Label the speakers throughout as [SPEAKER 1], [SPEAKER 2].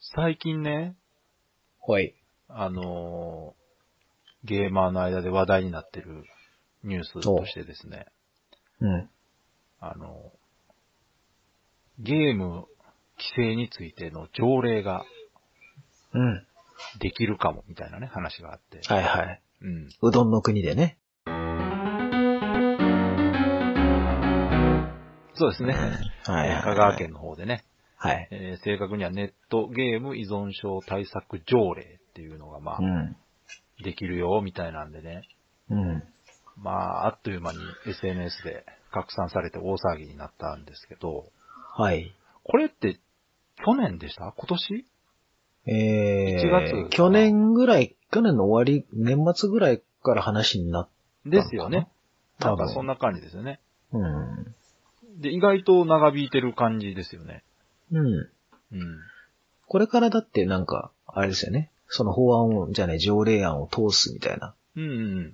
[SPEAKER 1] 最近ね、
[SPEAKER 2] はい。
[SPEAKER 1] あのーゲーマーの間で話題になってるニュースとしてですね、
[SPEAKER 2] うん。
[SPEAKER 1] あのーゲーム規制についての条例が
[SPEAKER 2] うん。
[SPEAKER 1] できるかも、みたいなね、話があって。
[SPEAKER 2] はいはい。
[SPEAKER 1] うん。
[SPEAKER 2] うどんの国でね。
[SPEAKER 1] そうですね。
[SPEAKER 2] は
[SPEAKER 1] え
[SPEAKER 2] いはい、
[SPEAKER 1] ー香川。県の方でね、
[SPEAKER 2] はい。
[SPEAKER 1] えー正確にはネットゲーム依存症対策条例っていうのが、まあ
[SPEAKER 2] う、ん。
[SPEAKER 1] できるよ、みたいなんでね。
[SPEAKER 2] うん。
[SPEAKER 1] まあ、あっという間に SNS で拡散されて大騒ぎになったんですけど、
[SPEAKER 2] はい。
[SPEAKER 1] これって、去年でした今年
[SPEAKER 2] えー、
[SPEAKER 1] 1月かな
[SPEAKER 2] 去年ぐらい、去年の終わり、年末ぐらいから話になっ
[SPEAKER 1] ですよね。な
[SPEAKER 2] 多
[SPEAKER 1] ん
[SPEAKER 2] 分
[SPEAKER 1] かそんな感じですよね。
[SPEAKER 2] うん。
[SPEAKER 1] で、意外と長引いてる感じですよね。
[SPEAKER 2] うん。
[SPEAKER 1] うん。
[SPEAKER 2] これからだってなんか、あれですよね。その法案を、じゃあね、条例案を通すみたいな
[SPEAKER 1] うんう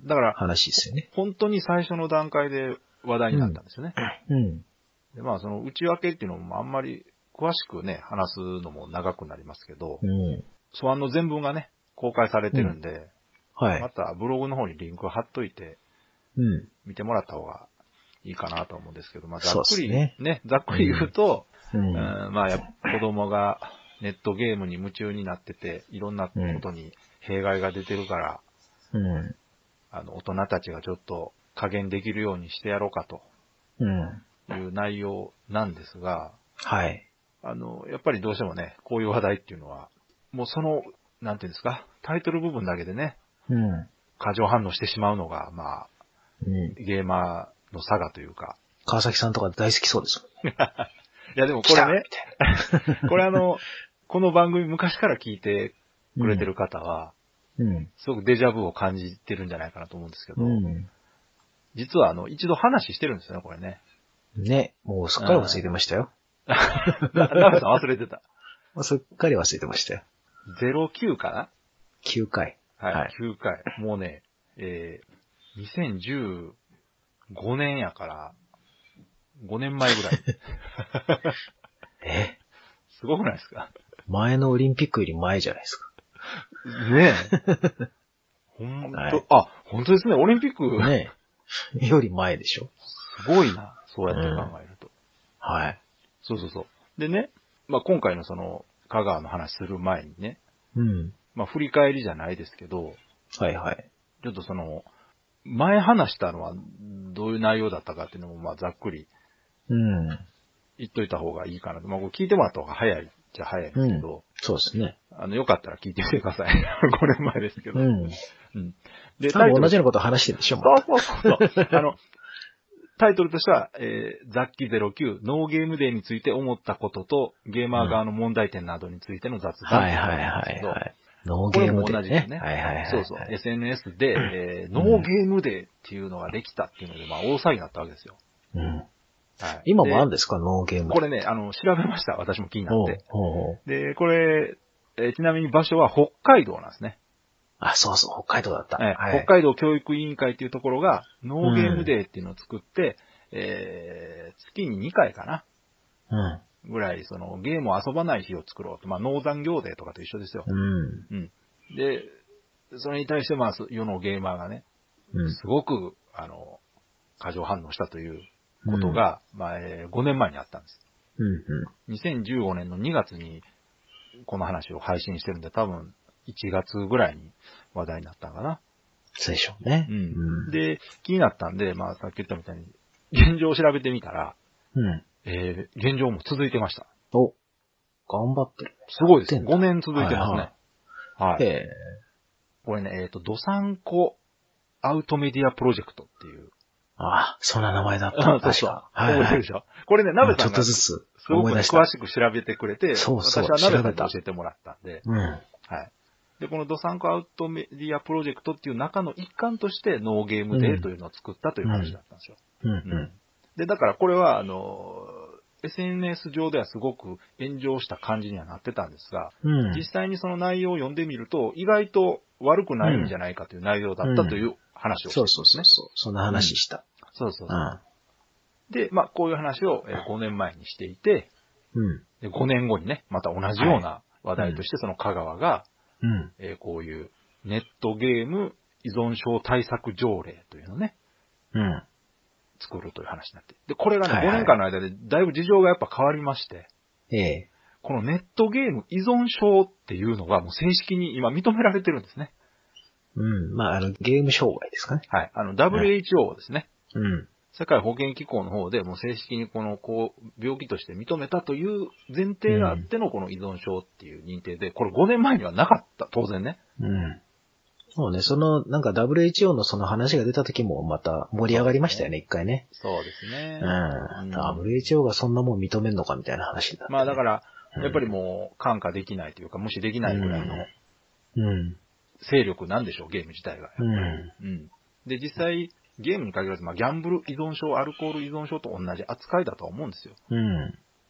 [SPEAKER 1] ん。だから、
[SPEAKER 2] 話ですよね。
[SPEAKER 1] 本当に最初の段階で話題になったんですよね。
[SPEAKER 2] うん。
[SPEAKER 1] でまあ、その内訳っていうのもあんまり詳しくね、話すのも長くなりますけど
[SPEAKER 2] う、ん。
[SPEAKER 1] 素案の全文がね、公開されてるんで、
[SPEAKER 2] はい
[SPEAKER 1] ま。たブログの方にリンクを貼っといて、
[SPEAKER 2] うん。
[SPEAKER 1] 見てもらった方がいいかなと思うんですけど、まあ、ざっ
[SPEAKER 2] そうで
[SPEAKER 1] く
[SPEAKER 2] す
[SPEAKER 1] り
[SPEAKER 2] ね
[SPEAKER 1] ね、ざっくり言うと、
[SPEAKER 2] うん。
[SPEAKER 1] うんまあ、やっぱ子供がネットゲームに夢中になってて、いろんなことに弊害が出てるから、
[SPEAKER 2] うん。
[SPEAKER 1] あの、大人たちがちょっと加減できるようにしてやろうかと
[SPEAKER 2] うん。
[SPEAKER 1] いう内容なんですが、
[SPEAKER 2] はい。
[SPEAKER 1] あの、やっぱりどうしてもね、こういう話題っていうのは、もうその、なんていうんですか、タイトル部分だけでね、
[SPEAKER 2] うん。
[SPEAKER 1] 過剰反応してしまうのが、まあ、
[SPEAKER 2] うん。
[SPEAKER 1] ゲーマーの差がというか。
[SPEAKER 2] 川崎さんとか大好きそうです
[SPEAKER 1] いや、でもこ
[SPEAKER 2] もん。
[SPEAKER 1] れね、これあの、この番組昔から聞いてくれてる方は、
[SPEAKER 2] うん。
[SPEAKER 1] すごくデジャブを感じてるんじゃないかなと思うんですけど、
[SPEAKER 2] うん。
[SPEAKER 1] 実はあの、一度話してるんですよね、これ ね。
[SPEAKER 2] ね、もうすっかり忘れてましたよ。
[SPEAKER 1] ラメさん忘れてた。
[SPEAKER 2] もうすっかり忘れてましたよ。
[SPEAKER 1] 09か
[SPEAKER 2] 9回。
[SPEAKER 1] なはい、
[SPEAKER 2] はい
[SPEAKER 1] 9回。もうね、えー、2015年やから、5年前ぐら い。
[SPEAKER 2] え
[SPEAKER 1] すごくないですか
[SPEAKER 2] 前のオリンピックより前じゃないですか。
[SPEAKER 1] ねえ。ほんと、
[SPEAKER 2] はい
[SPEAKER 1] あ、本当ですね。オリンピック、
[SPEAKER 2] ねえ。より前でしょ。
[SPEAKER 1] すごいな。そうやって考えると。
[SPEAKER 2] はい。
[SPEAKER 1] そうそうそう。でね、まあ、今回のその、香川の話する前にね、
[SPEAKER 2] うん。
[SPEAKER 1] まあ、振り返りじゃないですけど、
[SPEAKER 2] はいはい。
[SPEAKER 1] ちょっとその、前話したのはどういう内容だったかっていうのも、まあ、ざっくり
[SPEAKER 2] うん。
[SPEAKER 1] 言っといた方がいいかなと。まあ、これ聞いてもらった方が早いじゃ早いんですけど、
[SPEAKER 2] そうですね。
[SPEAKER 1] あの、よかったら聞いてみてください。5年 前ですけど。
[SPEAKER 2] うん。
[SPEAKER 1] で、
[SPEAKER 2] 多分同じ
[SPEAKER 1] の。
[SPEAKER 2] ようなこと話してるでしょ。もう
[SPEAKER 1] そうそうそうそう。あの、タイトルとしては、えー、雑記09、ノーゲームデーについて思ったことと、ゲーマー側の問題点などについての雑談。
[SPEAKER 2] はいはいはいはい。ノーゲーム
[SPEAKER 1] これも同じですね
[SPEAKER 2] はいはいはい。
[SPEAKER 1] そうそう。SNS で、えー、ノーゲームデーっていうのができたっていうので、まあ、大騒ぎになったわけですよ。
[SPEAKER 2] うん。
[SPEAKER 1] はい、
[SPEAKER 2] 今もあるん
[SPEAKER 1] で
[SPEAKER 2] ですかノーゲーム。
[SPEAKER 1] これね、あの、調べました。私も気になっ
[SPEAKER 2] おう
[SPEAKER 1] て。
[SPEAKER 2] おうおう
[SPEAKER 1] で、これ、えーちなみに場所は北海道なんですね。
[SPEAKER 2] あ、そうそう。北海道だった。
[SPEAKER 1] えー
[SPEAKER 2] はい
[SPEAKER 1] 北海道教育委員会っていうところが、ノーゲームデーっていうのを作って、えー月に2回かなぐらい、その、ゲームを遊ばない日を作ろうと。まあ、農山行デーとかと一緒ですよ。
[SPEAKER 2] うん。
[SPEAKER 1] で、それに対して、まあ、そ世のゲーマーがね、
[SPEAKER 2] うん。うん。
[SPEAKER 1] すごく、あの、過剰反応したということが、まあ、え5年前にあったんです。
[SPEAKER 2] うん。うん。
[SPEAKER 1] 2015年の2月にこの話を配信してるんで、多分1月ぐらいに話題になったのかな。
[SPEAKER 2] そうでしょうね。
[SPEAKER 1] うん
[SPEAKER 2] うん。
[SPEAKER 1] で、気になったんで、まあさっき言ったみたいに、現状を調べてみたら、
[SPEAKER 2] うん。
[SPEAKER 1] えー、現状も続いてました。
[SPEAKER 2] お、頑張ってる。
[SPEAKER 1] すごいです。
[SPEAKER 2] やってんだ
[SPEAKER 1] 5年続いてますね。はい、
[SPEAKER 2] ええ。
[SPEAKER 1] これね、えっ、と、ドサンコアウトメディアプロジェクトっていう。
[SPEAKER 2] ああ、そんな名前だった。
[SPEAKER 1] そう
[SPEAKER 2] 確
[SPEAKER 1] そう。
[SPEAKER 2] か。はい
[SPEAKER 1] 覚えて
[SPEAKER 2] は
[SPEAKER 1] る
[SPEAKER 2] い
[SPEAKER 1] で。しょこれね、ナベ
[SPEAKER 2] ち
[SPEAKER 1] さ
[SPEAKER 2] ょ
[SPEAKER 1] ん
[SPEAKER 2] っ
[SPEAKER 1] が
[SPEAKER 2] と
[SPEAKER 1] す
[SPEAKER 2] ずつ
[SPEAKER 1] ご
[SPEAKER 2] 思
[SPEAKER 1] く
[SPEAKER 2] い
[SPEAKER 1] ね
[SPEAKER 2] 出し
[SPEAKER 1] 詳
[SPEAKER 2] た。
[SPEAKER 1] しく調べてくれて、
[SPEAKER 2] そうそう
[SPEAKER 1] 私はナベさん
[SPEAKER 2] 調べた
[SPEAKER 1] に教えてもらったんで、
[SPEAKER 2] うん。
[SPEAKER 1] はい。で、このドサンコアウトメディアプロジェクトっていう中の一環としてノーゲームデーというのを作ったという話だったんですよ。
[SPEAKER 2] うん
[SPEAKER 1] う
[SPEAKER 2] うん
[SPEAKER 1] で、だからこれは、あの、SNS 上ではすごく炎上した感じにはなってたんですが、
[SPEAKER 2] ん。うん。
[SPEAKER 1] 実際にその内容を読んでみると、意外と悪くないんじゃないかという内容だったという話をしてるん
[SPEAKER 2] そう
[SPEAKER 1] です
[SPEAKER 2] そうそ
[SPEAKER 1] ね
[SPEAKER 2] う。。そうそんな話した。
[SPEAKER 1] そうそう
[SPEAKER 2] う
[SPEAKER 1] そう。
[SPEAKER 2] ん。
[SPEAKER 1] で、まあ、こういう話を5年前にしていて、
[SPEAKER 2] うん。
[SPEAKER 1] で5年後にね、また同じような話題として、その香川が、
[SPEAKER 2] うん。
[SPEAKER 1] えーこういうネットゲーム依存症対策条例というのをね、
[SPEAKER 2] うん。
[SPEAKER 1] 作るという話になって。で、これがね、
[SPEAKER 2] はいはい
[SPEAKER 1] 5年間の間でだいぶ事情がやっぱ変わりまして、
[SPEAKER 2] ええ。
[SPEAKER 1] このネットゲーム依存症っていうのがもう正式に今認められてるんですね。
[SPEAKER 2] うん。まあ、あの、ゲーム障害ですかね。
[SPEAKER 1] はい。あの、WHO ですね。
[SPEAKER 2] うん。
[SPEAKER 1] 世界保健機構の方でもう正式にこの、こう、病気として認めたという前提があってのこの依存症っていう認定で、これ5年前にはなかった、当然ね。
[SPEAKER 2] うん。そうね、その、なんか WHO のその話が出た時もまた盛り上がりましたよね、一回ね。
[SPEAKER 1] そうですね
[SPEAKER 2] うん。WHO がそんなもん認めんのかみたいな話だ、
[SPEAKER 1] まあだから、
[SPEAKER 2] うん
[SPEAKER 1] やっぱりもう感化できないというか、無視できないぐらいの
[SPEAKER 2] ら、うん。
[SPEAKER 1] 勢力なんでしょう、ゲーム自体が。
[SPEAKER 2] うん。
[SPEAKER 1] うん。で、実際、ゲームに限らず、まあ、ギャンブル依存症、アルコール依存症と同じ扱いだとは思うんですよ。
[SPEAKER 2] う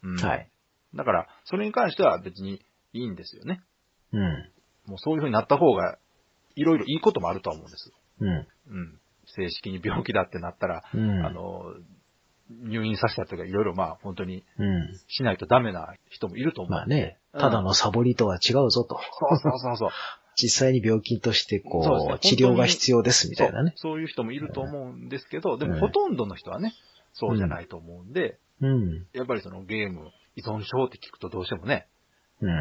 [SPEAKER 1] うん
[SPEAKER 2] ん。はい。
[SPEAKER 1] だから、それに関しては別にいいんですよね。
[SPEAKER 2] うん。
[SPEAKER 1] もうそういう風になった方が、いろいろいいこともあるとは思うんです。
[SPEAKER 2] うん。
[SPEAKER 1] うん。正式に病気だってなったら、
[SPEAKER 2] うん。
[SPEAKER 1] あ、の、入院させたりとか、いろいろまあ、本当に
[SPEAKER 2] うん。
[SPEAKER 1] しないとダメな人もいると思う。
[SPEAKER 2] まあね、ただのサボりとは違うぞと。
[SPEAKER 1] そうそうそうそう。
[SPEAKER 2] 実際に病気として、
[SPEAKER 1] そうですね
[SPEAKER 2] こ
[SPEAKER 1] 本
[SPEAKER 2] う、
[SPEAKER 1] 当に
[SPEAKER 2] 治療が必要ですみたいなね。
[SPEAKER 1] そう。そういう人もいると思うんですけど、で
[SPEAKER 2] う
[SPEAKER 1] も
[SPEAKER 2] ん
[SPEAKER 1] ほとんどの人はね、そうじゃないと思うんで、
[SPEAKER 2] うん。
[SPEAKER 1] やっぱりそのゲーム依存症って聞くとどうしてもね、
[SPEAKER 2] うん。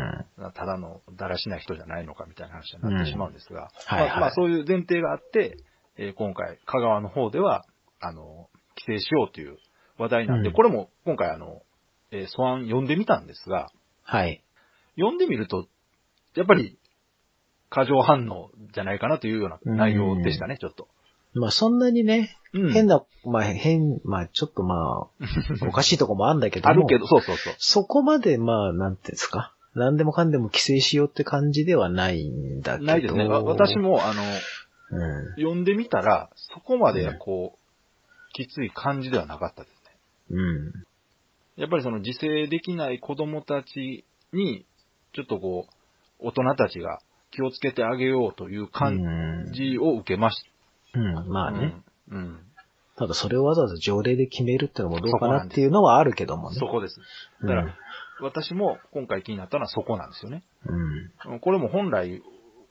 [SPEAKER 2] は
[SPEAKER 1] ただのだらしない人じゃないのかみたいな話になってしまうんですが、
[SPEAKER 2] い
[SPEAKER 1] まあま
[SPEAKER 2] は
[SPEAKER 1] あそういう前提があって、えー今回、香川の方では、あの、規制しようという話題なんで、
[SPEAKER 2] うん
[SPEAKER 1] これも今回あの、えー素案読んでみたんですが、
[SPEAKER 2] い。はい。
[SPEAKER 1] 読んでみると、やっぱり過剰反応じゃないかなというような内容でしたね、ちょっと。
[SPEAKER 2] まあそんなにね、
[SPEAKER 1] うん
[SPEAKER 2] 変な、まあ変、まあちょっと まあ、おかしいとこもあるんだけども。
[SPEAKER 1] あるけど、そうそうそう。
[SPEAKER 2] そこまで、まあ、なんていうんですか。何でもかんでも規制しようって感じではないんだけど。
[SPEAKER 1] ないですね。わ私。も、あの、
[SPEAKER 2] うん。
[SPEAKER 1] 読んでみたら、そこまで、こう、きつい感じではなかったですね。
[SPEAKER 2] うん。
[SPEAKER 1] やっぱりその自制できない子供たちに、ちょっとこう、大人たちが気をつけてあげようという感じを受けまし
[SPEAKER 2] うん。うん、ま
[SPEAKER 1] た
[SPEAKER 2] あね。
[SPEAKER 1] ね。うん。
[SPEAKER 2] ただそれをわざわざ条例で決めるってのもどうかなっていうのはあるけどもね。
[SPEAKER 1] そこです。
[SPEAKER 2] う
[SPEAKER 1] だから、私も今回気になったのはそこなんですよね。
[SPEAKER 2] ん。
[SPEAKER 1] うんこれも本来、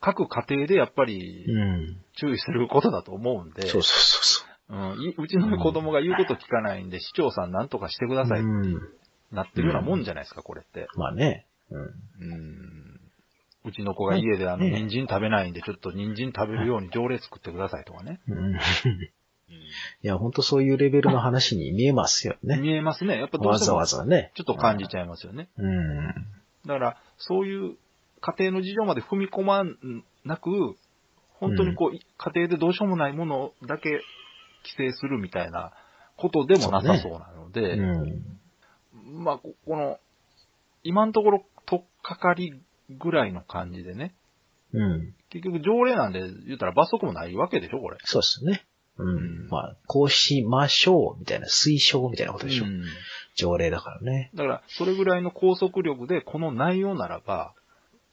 [SPEAKER 1] 各家庭でやっぱり
[SPEAKER 2] うん。
[SPEAKER 1] 注意することだと思うんで、
[SPEAKER 2] そうそうそうそ
[SPEAKER 1] うん、いうちの子供が言うこと聞かないんで、市長さんなんとかしてくだ
[SPEAKER 2] う。
[SPEAKER 1] さいっ
[SPEAKER 2] う
[SPEAKER 1] て
[SPEAKER 2] ん。
[SPEAKER 1] なってるようなもんじゃないですか、これって。
[SPEAKER 2] まあね。うん。
[SPEAKER 1] うん。うちの子が家であの、
[SPEAKER 2] ね
[SPEAKER 1] 人参食べないんで、ちょっと人参食べるように条例作ってくださいとかね。
[SPEAKER 2] うんいや、本当そういうレベルの話に見えますよね。
[SPEAKER 1] 見えますね。やっぱどう
[SPEAKER 2] わ
[SPEAKER 1] して
[SPEAKER 2] ざ
[SPEAKER 1] も
[SPEAKER 2] わ
[SPEAKER 1] ちょ
[SPEAKER 2] ざね。
[SPEAKER 1] っと感じちゃいますよね。
[SPEAKER 2] うん。
[SPEAKER 1] だから、そういう家庭の事情まで踏み込まなく、本当にこう、家庭でどうしようもないものだけ規制するみたいなことでもなさそうなので、
[SPEAKER 2] うん。
[SPEAKER 1] まあ、ここの、今のところ、とっかかりぐらいの感じでね。
[SPEAKER 2] うん。
[SPEAKER 1] 結局、条例なんで言ったら罰則もないわけでしょ、これ。
[SPEAKER 2] そうですね。う
[SPEAKER 1] うん
[SPEAKER 2] ん。まあ、こうしましょう、みたいな、推奨みたいなことでしょ。
[SPEAKER 1] うん
[SPEAKER 2] 条例だからね。
[SPEAKER 1] だから、それぐらいの拘束力で、この内容ならば、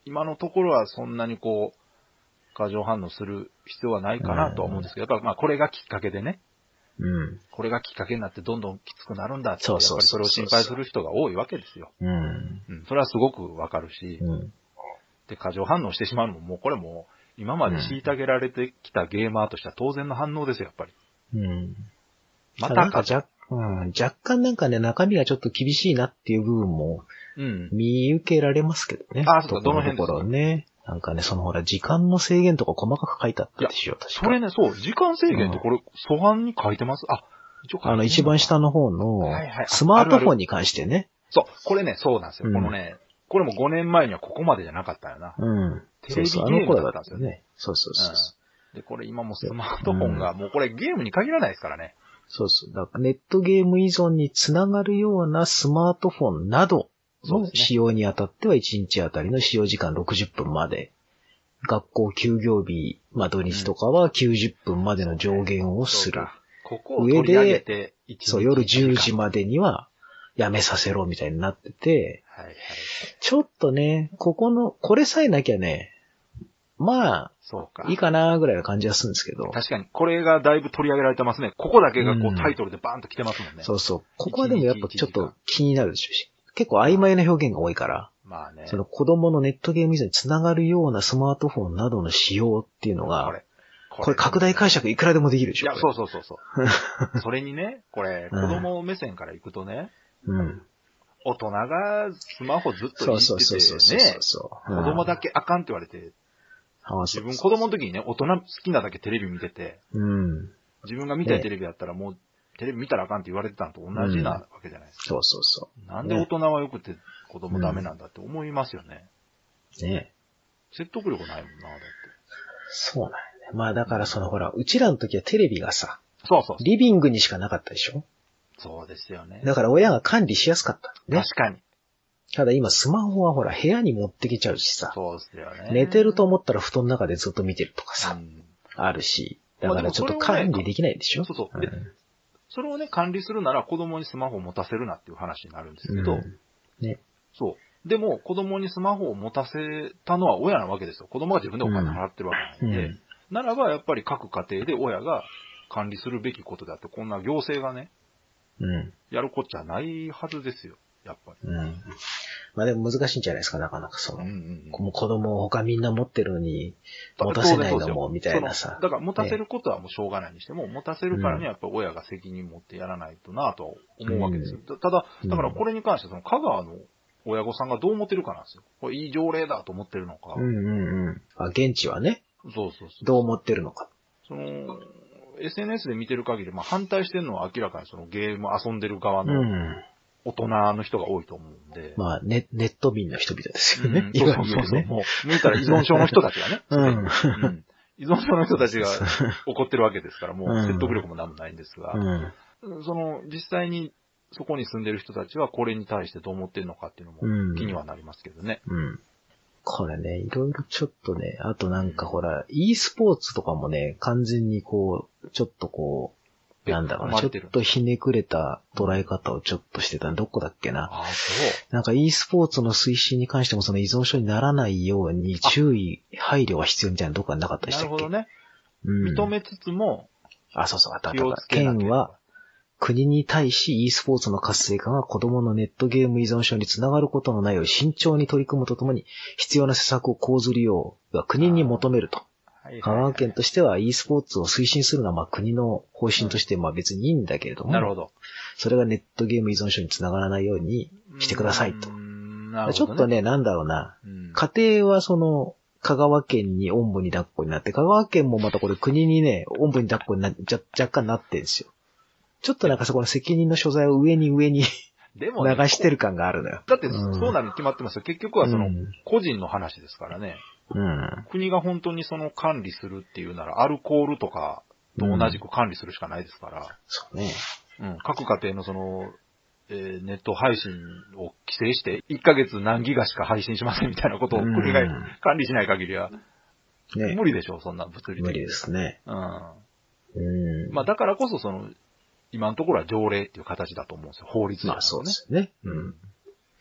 [SPEAKER 1] 今のところはそんなにこう、過剰反応する必要はないかなとは思うんですけど、やっぱまあ、これがきっかけでね、
[SPEAKER 2] うん。
[SPEAKER 1] これがきっかけになってどんどんきつくなるんだって、や
[SPEAKER 2] そ
[SPEAKER 1] っ
[SPEAKER 2] う
[SPEAKER 1] ぱ
[SPEAKER 2] そう
[SPEAKER 1] りそ
[SPEAKER 2] そう
[SPEAKER 1] れを心配する人が多いわけですよ。
[SPEAKER 2] うん。
[SPEAKER 1] うん、それはすごくわかるし、
[SPEAKER 2] うん。
[SPEAKER 1] で、過剰反応してしまうのも、もうこれも、今まで虐げられてきたゲーマーとしては当然の反応ですよ、やっぱり。
[SPEAKER 2] うん。
[SPEAKER 1] ま
[SPEAKER 2] な
[SPEAKER 1] た
[SPEAKER 2] んか
[SPEAKER 1] か。
[SPEAKER 2] 若、うん、若干なんかね、中身がちょっと厳しいなっていう部分も
[SPEAKER 1] うん。
[SPEAKER 2] 見受けられますけどね。
[SPEAKER 1] あそうか
[SPEAKER 2] ところ
[SPEAKER 1] どの辺ですか
[SPEAKER 2] ところね。なんかね、そのほら、時間の制限とか細かく書いてあったでしょ、確
[SPEAKER 1] そ
[SPEAKER 2] か。
[SPEAKER 1] れね、そう、時間制限ってこれ、素案に書いてますあ、一応書いてるか
[SPEAKER 2] あの、一番下の方の
[SPEAKER 1] はいはい、
[SPEAKER 2] スマートフォンに関してね。
[SPEAKER 1] そう、これね、そうなんですよ。
[SPEAKER 2] うん
[SPEAKER 1] このね、これも5年前にはここまでじゃなかったよな。
[SPEAKER 2] うん。
[SPEAKER 1] テレ
[SPEAKER 2] そ
[SPEAKER 1] ビゲー
[SPEAKER 2] うそう、あ
[SPEAKER 1] ム
[SPEAKER 2] の頃
[SPEAKER 1] だ
[SPEAKER 2] だ
[SPEAKER 1] っ
[SPEAKER 2] った
[SPEAKER 1] ん
[SPEAKER 2] た
[SPEAKER 1] ですよ
[SPEAKER 2] よね。そうそうそうそう。
[SPEAKER 1] で、これ今もスマートフォンが、もうこれゲームに限らないですからね。
[SPEAKER 2] そうそう。だからネットゲーム依存につながるようなスマートフォンなど
[SPEAKER 1] そうで
[SPEAKER 2] の
[SPEAKER 1] すね
[SPEAKER 2] 使用にあたっては1日あたりの使用時間60分まで。学校休業日、まあ土日とかは90分までの上限をする。
[SPEAKER 1] ここを取り上げて、一日
[SPEAKER 2] そう、夜10時
[SPEAKER 1] ま
[SPEAKER 2] までにはやめさせろみたいになってて、
[SPEAKER 1] で。はいはい。
[SPEAKER 2] ちょっとね、ここの、これさえなきゃね、ま
[SPEAKER 1] そうか
[SPEAKER 2] あ、い。いかなぐらいの感じはするんですけど。
[SPEAKER 1] 確かに、これがだいぶ取り上げられてますね。ここだけがこ
[SPEAKER 2] う
[SPEAKER 1] うんタイトルでバーンと来てますもんね。
[SPEAKER 2] そうそう。ここはでもやっぱちょっと気になるでしょうし。結構曖昧な表現が多いから。
[SPEAKER 1] まあね。
[SPEAKER 2] その子供のネットゲーム依存につながるようなスマートフォンなどの使用っていうの
[SPEAKER 1] こ
[SPEAKER 2] が、
[SPEAKER 1] れ。
[SPEAKER 2] これ拡大解釈いくらでもできる
[SPEAKER 1] い
[SPEAKER 2] でしょ。
[SPEAKER 1] や、そうそうそう そう。それにね、これ、子
[SPEAKER 2] うん
[SPEAKER 1] 供目線から行くとね、
[SPEAKER 2] う。うん。
[SPEAKER 1] 大人がスマホずっと
[SPEAKER 2] そ
[SPEAKER 1] いうじ
[SPEAKER 2] そうそうそう
[SPEAKER 1] って
[SPEAKER 2] そ
[SPEAKER 1] て
[SPEAKER 2] う
[SPEAKER 1] ね、
[SPEAKER 2] そ
[SPEAKER 1] 子
[SPEAKER 2] う。
[SPEAKER 1] 供だ
[SPEAKER 2] け。
[SPEAKER 1] けあかんって言われて、
[SPEAKER 2] あ
[SPEAKER 1] 自
[SPEAKER 2] そう
[SPEAKER 1] 分子供の時にね、大人好きなだけテレビ見てて、
[SPEAKER 2] うん。
[SPEAKER 1] 自分が見たいテレビだったらもう、テレビ見たらあかんって言われてたのと同じなわけじゃないですか。
[SPEAKER 2] そうそうそ
[SPEAKER 1] なんで大人は良くて子供ダメなんだって思いますよね。
[SPEAKER 2] う。ね
[SPEAKER 1] 説得力ないもんな、だって。
[SPEAKER 2] そうなんやね。まあだからそのほら、うちらの時はテレビがさ、
[SPEAKER 1] そうそう。
[SPEAKER 2] リビングにしかなかったでしょ
[SPEAKER 1] そうですよね。
[SPEAKER 2] だから親が管理しやすかった。ね。
[SPEAKER 1] 確かに。
[SPEAKER 2] ただ今スマホはほら部屋に持ってきちゃうしさ、
[SPEAKER 1] そうですよね。
[SPEAKER 2] 寝てると思ったら布団の中でずっと見てるとか
[SPEAKER 1] う
[SPEAKER 2] さ、
[SPEAKER 1] ん
[SPEAKER 2] あるし、
[SPEAKER 1] ま
[SPEAKER 2] だ
[SPEAKER 1] あ
[SPEAKER 2] からちょっと
[SPEAKER 1] でもそれはね
[SPEAKER 2] 管理できないでしょ
[SPEAKER 1] そうそう。
[SPEAKER 2] ん
[SPEAKER 1] で、それをね、管理するなら子供にスマホを持たせるなっていう話になるんですけど、
[SPEAKER 2] うんね。
[SPEAKER 1] そう。でも、子供にスマホを持たせたのは親なわけですよ。子供が自分でお金払ってるわけ
[SPEAKER 2] う
[SPEAKER 1] なんんで。ならば、やっぱり各家庭で親が管理するべきことであって、こんな行政がね、
[SPEAKER 2] うん。
[SPEAKER 1] やるこっちゃないはずですよ。やっぱり。
[SPEAKER 2] うん。まあでも難しいんじゃないですか、なかなかその。
[SPEAKER 1] ん
[SPEAKER 2] もう子供を他みんな持ってるのに、
[SPEAKER 1] だ
[SPEAKER 2] 持たせない
[SPEAKER 1] 当然そうです
[SPEAKER 2] の
[SPEAKER 1] よ
[SPEAKER 2] も、みたいなさ
[SPEAKER 1] その。だから持たせることはもうしょうがないにしても、持たせるからにはやっぱ親が責任持ってやらないとなぁとは思うわけですよ。たただ、だからこれに関してその香川の親御さんがどう思ってるかなんですよ。これいい条例だと思ってるのか。
[SPEAKER 2] うんうんうん。あ、現地はね、
[SPEAKER 1] そうそうそう。
[SPEAKER 2] どう思ってるのか。
[SPEAKER 1] その、SNS で見てる限り、まあ反対してるのは明らかにそのゲーム遊んでる側
[SPEAKER 2] う
[SPEAKER 1] の
[SPEAKER 2] ん。
[SPEAKER 1] 大人の人が多いと思うんで。
[SPEAKER 2] まあ、ネネット民の人々です
[SPEAKER 1] う
[SPEAKER 2] よね
[SPEAKER 1] ん。
[SPEAKER 2] い
[SPEAKER 1] そう
[SPEAKER 2] わ
[SPEAKER 1] そう
[SPEAKER 2] ゆ
[SPEAKER 1] そう
[SPEAKER 2] る
[SPEAKER 1] そう。
[SPEAKER 2] ね。
[SPEAKER 1] もう、見たら依存症の人たちがね。
[SPEAKER 2] うん。
[SPEAKER 1] うん依存症の人たちが怒ってるわけですから、もう
[SPEAKER 2] うん
[SPEAKER 1] 説得力もなんもないんですが。
[SPEAKER 2] うん。
[SPEAKER 1] その、実際にそこに住んでる人たちはこれに対してどう思ってるのかっていうのも
[SPEAKER 2] うん
[SPEAKER 1] 気にはなりますけどね。
[SPEAKER 2] うん。これね、いろいろちょっとね、あとなんかほら、e スポーツとかもね、完全にこう、ちょっとこう、なんだろう
[SPEAKER 1] 含
[SPEAKER 2] な、
[SPEAKER 1] ま
[SPEAKER 2] ちょ
[SPEAKER 1] れ
[SPEAKER 2] って
[SPEAKER 1] る
[SPEAKER 2] とひねくれた捉え方をちょっとしてた。どこだっけな。
[SPEAKER 1] ああ、そ
[SPEAKER 2] なんか e スポーツの推進に関してもその依存症にならないように注意、配慮が必要みたいなのどこかになかったでし
[SPEAKER 1] な
[SPEAKER 2] た
[SPEAKER 1] る
[SPEAKER 2] っ
[SPEAKER 1] ほ
[SPEAKER 2] け
[SPEAKER 1] どね。
[SPEAKER 2] うん
[SPEAKER 1] 認めつつも
[SPEAKER 2] あ、そうそう、あったあっ
[SPEAKER 1] 気
[SPEAKER 2] たあ
[SPEAKER 1] を
[SPEAKER 2] っ
[SPEAKER 1] つ
[SPEAKER 2] た。
[SPEAKER 1] けなけ
[SPEAKER 2] 県
[SPEAKER 1] れ
[SPEAKER 2] は
[SPEAKER 1] ば。
[SPEAKER 2] 国に対し e スポーツの活性化が子供のネットゲーム依存症につながることのないよう慎重に取り組むとともに必要な施策を講ずるようが国に求めると。
[SPEAKER 1] はい
[SPEAKER 2] 香
[SPEAKER 1] はいは
[SPEAKER 2] 川
[SPEAKER 1] い
[SPEAKER 2] 県としては e スポーツを推進するのはまあ国の方針としてまあ別にいいんだけれども、
[SPEAKER 1] なるほど。
[SPEAKER 2] それがネットゲーム依存症につながらないようにしてくださいと
[SPEAKER 1] うー。んなる
[SPEAKER 2] ちょ
[SPEAKER 1] ほど、ね。
[SPEAKER 2] っとね、なんだろうな、
[SPEAKER 1] うん、
[SPEAKER 2] 家庭はその、香川県におんぶに抱っこになって、香川県もまたこれ国にね、おんぶに抱っこになっちゃ、若干なってんですよ。ちょっとなんかそこの責任の所在を上に上に流
[SPEAKER 1] でもね、
[SPEAKER 2] してる感があるのよ。
[SPEAKER 1] だって
[SPEAKER 2] うん
[SPEAKER 1] そうなるに決まってますよ。結局
[SPEAKER 2] う
[SPEAKER 1] はその
[SPEAKER 2] ん。
[SPEAKER 1] 個人の話ですからね。
[SPEAKER 2] うん。
[SPEAKER 1] 国が本当にその管理するっていうなら、アルコールとかと同じく管理するしかないですから。
[SPEAKER 2] そうね。
[SPEAKER 1] うん、各家庭のその、えーネット配信を規制して、1ヶ月何ギガしか配信しませんみたいなことを
[SPEAKER 2] うん
[SPEAKER 1] 国が管理しない限りは、
[SPEAKER 2] ね。
[SPEAKER 1] 無理でしょう、そんな物理的に。
[SPEAKER 2] 無理ですね。
[SPEAKER 1] うん。
[SPEAKER 2] うん。
[SPEAKER 1] まあ、だからこそ、その、今のところは条例っていう形だと思うんですよ、法律じゃ
[SPEAKER 2] ま
[SPEAKER 1] な
[SPEAKER 2] あ
[SPEAKER 1] くて
[SPEAKER 2] そうで。すね。
[SPEAKER 1] う
[SPEAKER 2] うんん。。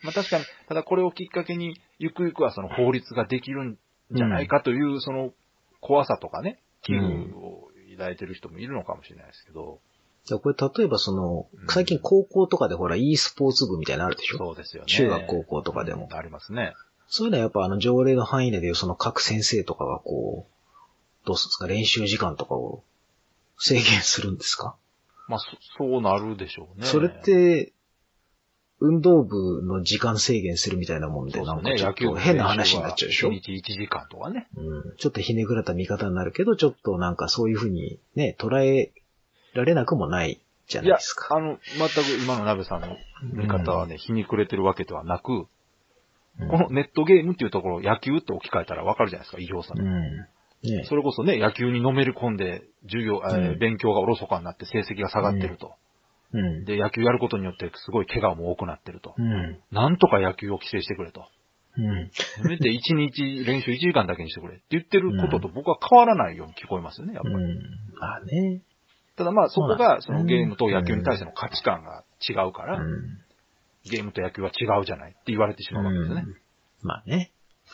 [SPEAKER 1] まあ確かに、ただこれをきっかけに、ゆくゆくはその法律ができるんじゃないかという、その怖さとかね、危惧を抱いてる人もいるのかもしれないですけど、
[SPEAKER 2] いやこれ例えばその
[SPEAKER 1] うん、
[SPEAKER 2] 最近高校とかでほら e スポーツ部みたいなのあるでしょ
[SPEAKER 1] そうですよね。
[SPEAKER 2] 中学高校とかでも
[SPEAKER 1] うん。ありますね。
[SPEAKER 2] そういうのはやっぱあの条例の範囲内でその各先生とかがこう、どうするんですか練習時間とかを制限するんですか、
[SPEAKER 1] まあ、そそうなるでしょうね。
[SPEAKER 2] それっ、て、運動部の時間制限するみたいなもんで、
[SPEAKER 1] そう
[SPEAKER 2] なん
[SPEAKER 1] で
[SPEAKER 2] か
[SPEAKER 1] すね、
[SPEAKER 2] ちょ
[SPEAKER 1] 野
[SPEAKER 2] っ
[SPEAKER 1] 球
[SPEAKER 2] と
[SPEAKER 1] 部
[SPEAKER 2] 変な話になっちゃうでしょ、
[SPEAKER 1] 1日1時間とかね。
[SPEAKER 2] うん、ちょっとひねくれた見方になるけど、ちょっとなんかそういうふうにね、捉えられなくもないじゃないですか。
[SPEAKER 1] あの、全く今の鍋さんの見方はね、皮肉れてるわけではなく、
[SPEAKER 2] うん、
[SPEAKER 1] このネットゲームっていうところを野球って置き換えたらわかるじゃないですか、異常さ
[SPEAKER 2] う
[SPEAKER 1] の。
[SPEAKER 2] ん。ね
[SPEAKER 1] それこそね、野球にのめり込んで、授業、えー
[SPEAKER 2] うん
[SPEAKER 1] 勉強がおろそかになって成績が下がってると。
[SPEAKER 2] うん。
[SPEAKER 1] で、野球やることによってすごい怪我も多くなってると。
[SPEAKER 2] うん。
[SPEAKER 1] なんとか野球を規制してくれと。
[SPEAKER 2] うん。
[SPEAKER 1] せめて1日練習1時間だけにしてくれって言ってることと僕は変わらないように聞こえますよね、やっぱり。
[SPEAKER 2] うん。まあね。
[SPEAKER 1] ただまあそこがそ
[SPEAKER 2] そうな
[SPEAKER 1] の
[SPEAKER 2] んですね
[SPEAKER 1] ゲームと野球に対しての価値観が違うか
[SPEAKER 2] う
[SPEAKER 1] ら、
[SPEAKER 2] ん。
[SPEAKER 1] ゲームと野球は違うじゃないって言われてしまうわけですよね。
[SPEAKER 2] まあね。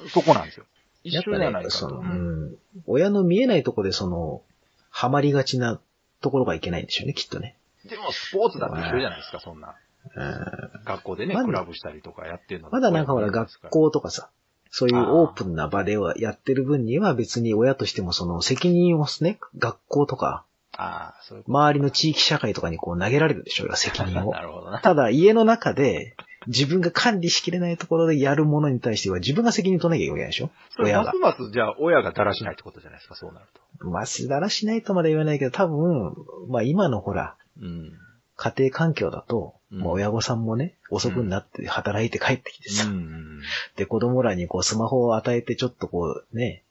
[SPEAKER 1] そこなんですよ。一
[SPEAKER 2] やっ
[SPEAKER 1] 緒
[SPEAKER 2] ぱ
[SPEAKER 1] じゃ
[SPEAKER 2] ね
[SPEAKER 1] ない、か
[SPEAKER 2] そ
[SPEAKER 1] と。
[SPEAKER 2] の、
[SPEAKER 1] う
[SPEAKER 2] うんん。親の見えないとこでその、ハマりがちなところがいけないんでしょうね、きっとね。
[SPEAKER 1] でもスポーツだって一緒じゃないですか、そんな。
[SPEAKER 2] うん
[SPEAKER 1] 学校でね、
[SPEAKER 2] まだ
[SPEAKER 1] クラブしたりとかやってるの
[SPEAKER 2] まだなんかほら、
[SPEAKER 1] です
[SPEAKER 2] 学
[SPEAKER 1] ら
[SPEAKER 2] 校とかさ、そういうオープンな場ではやってる分には別に親としてもその責任をね、学校とか、
[SPEAKER 1] ああ、そういうこ
[SPEAKER 2] 周りの地域社会とかにこう投げられるでしょ、責
[SPEAKER 1] と。
[SPEAKER 2] 任 を
[SPEAKER 1] な。るほどな。
[SPEAKER 2] ただ、家の中で、自分が管理しきれないところでやるものに対しては自分が責任取らなきゃいけないでしょ
[SPEAKER 1] それ
[SPEAKER 2] 親
[SPEAKER 1] ま
[SPEAKER 2] が
[SPEAKER 1] す。ます、じゃあ、親がだらしないってことじゃないですか、そうなると。
[SPEAKER 2] まあ、すだらしないとまで言わないけど、多分、まあ今のほら、
[SPEAKER 1] うん。
[SPEAKER 2] 家庭環境だと、
[SPEAKER 1] うん
[SPEAKER 2] まあ親御さんもね、遅くになって働いて帰ってきてさ、
[SPEAKER 1] うん。
[SPEAKER 2] で、子供らにこうスマホを与えてちょっとこうね、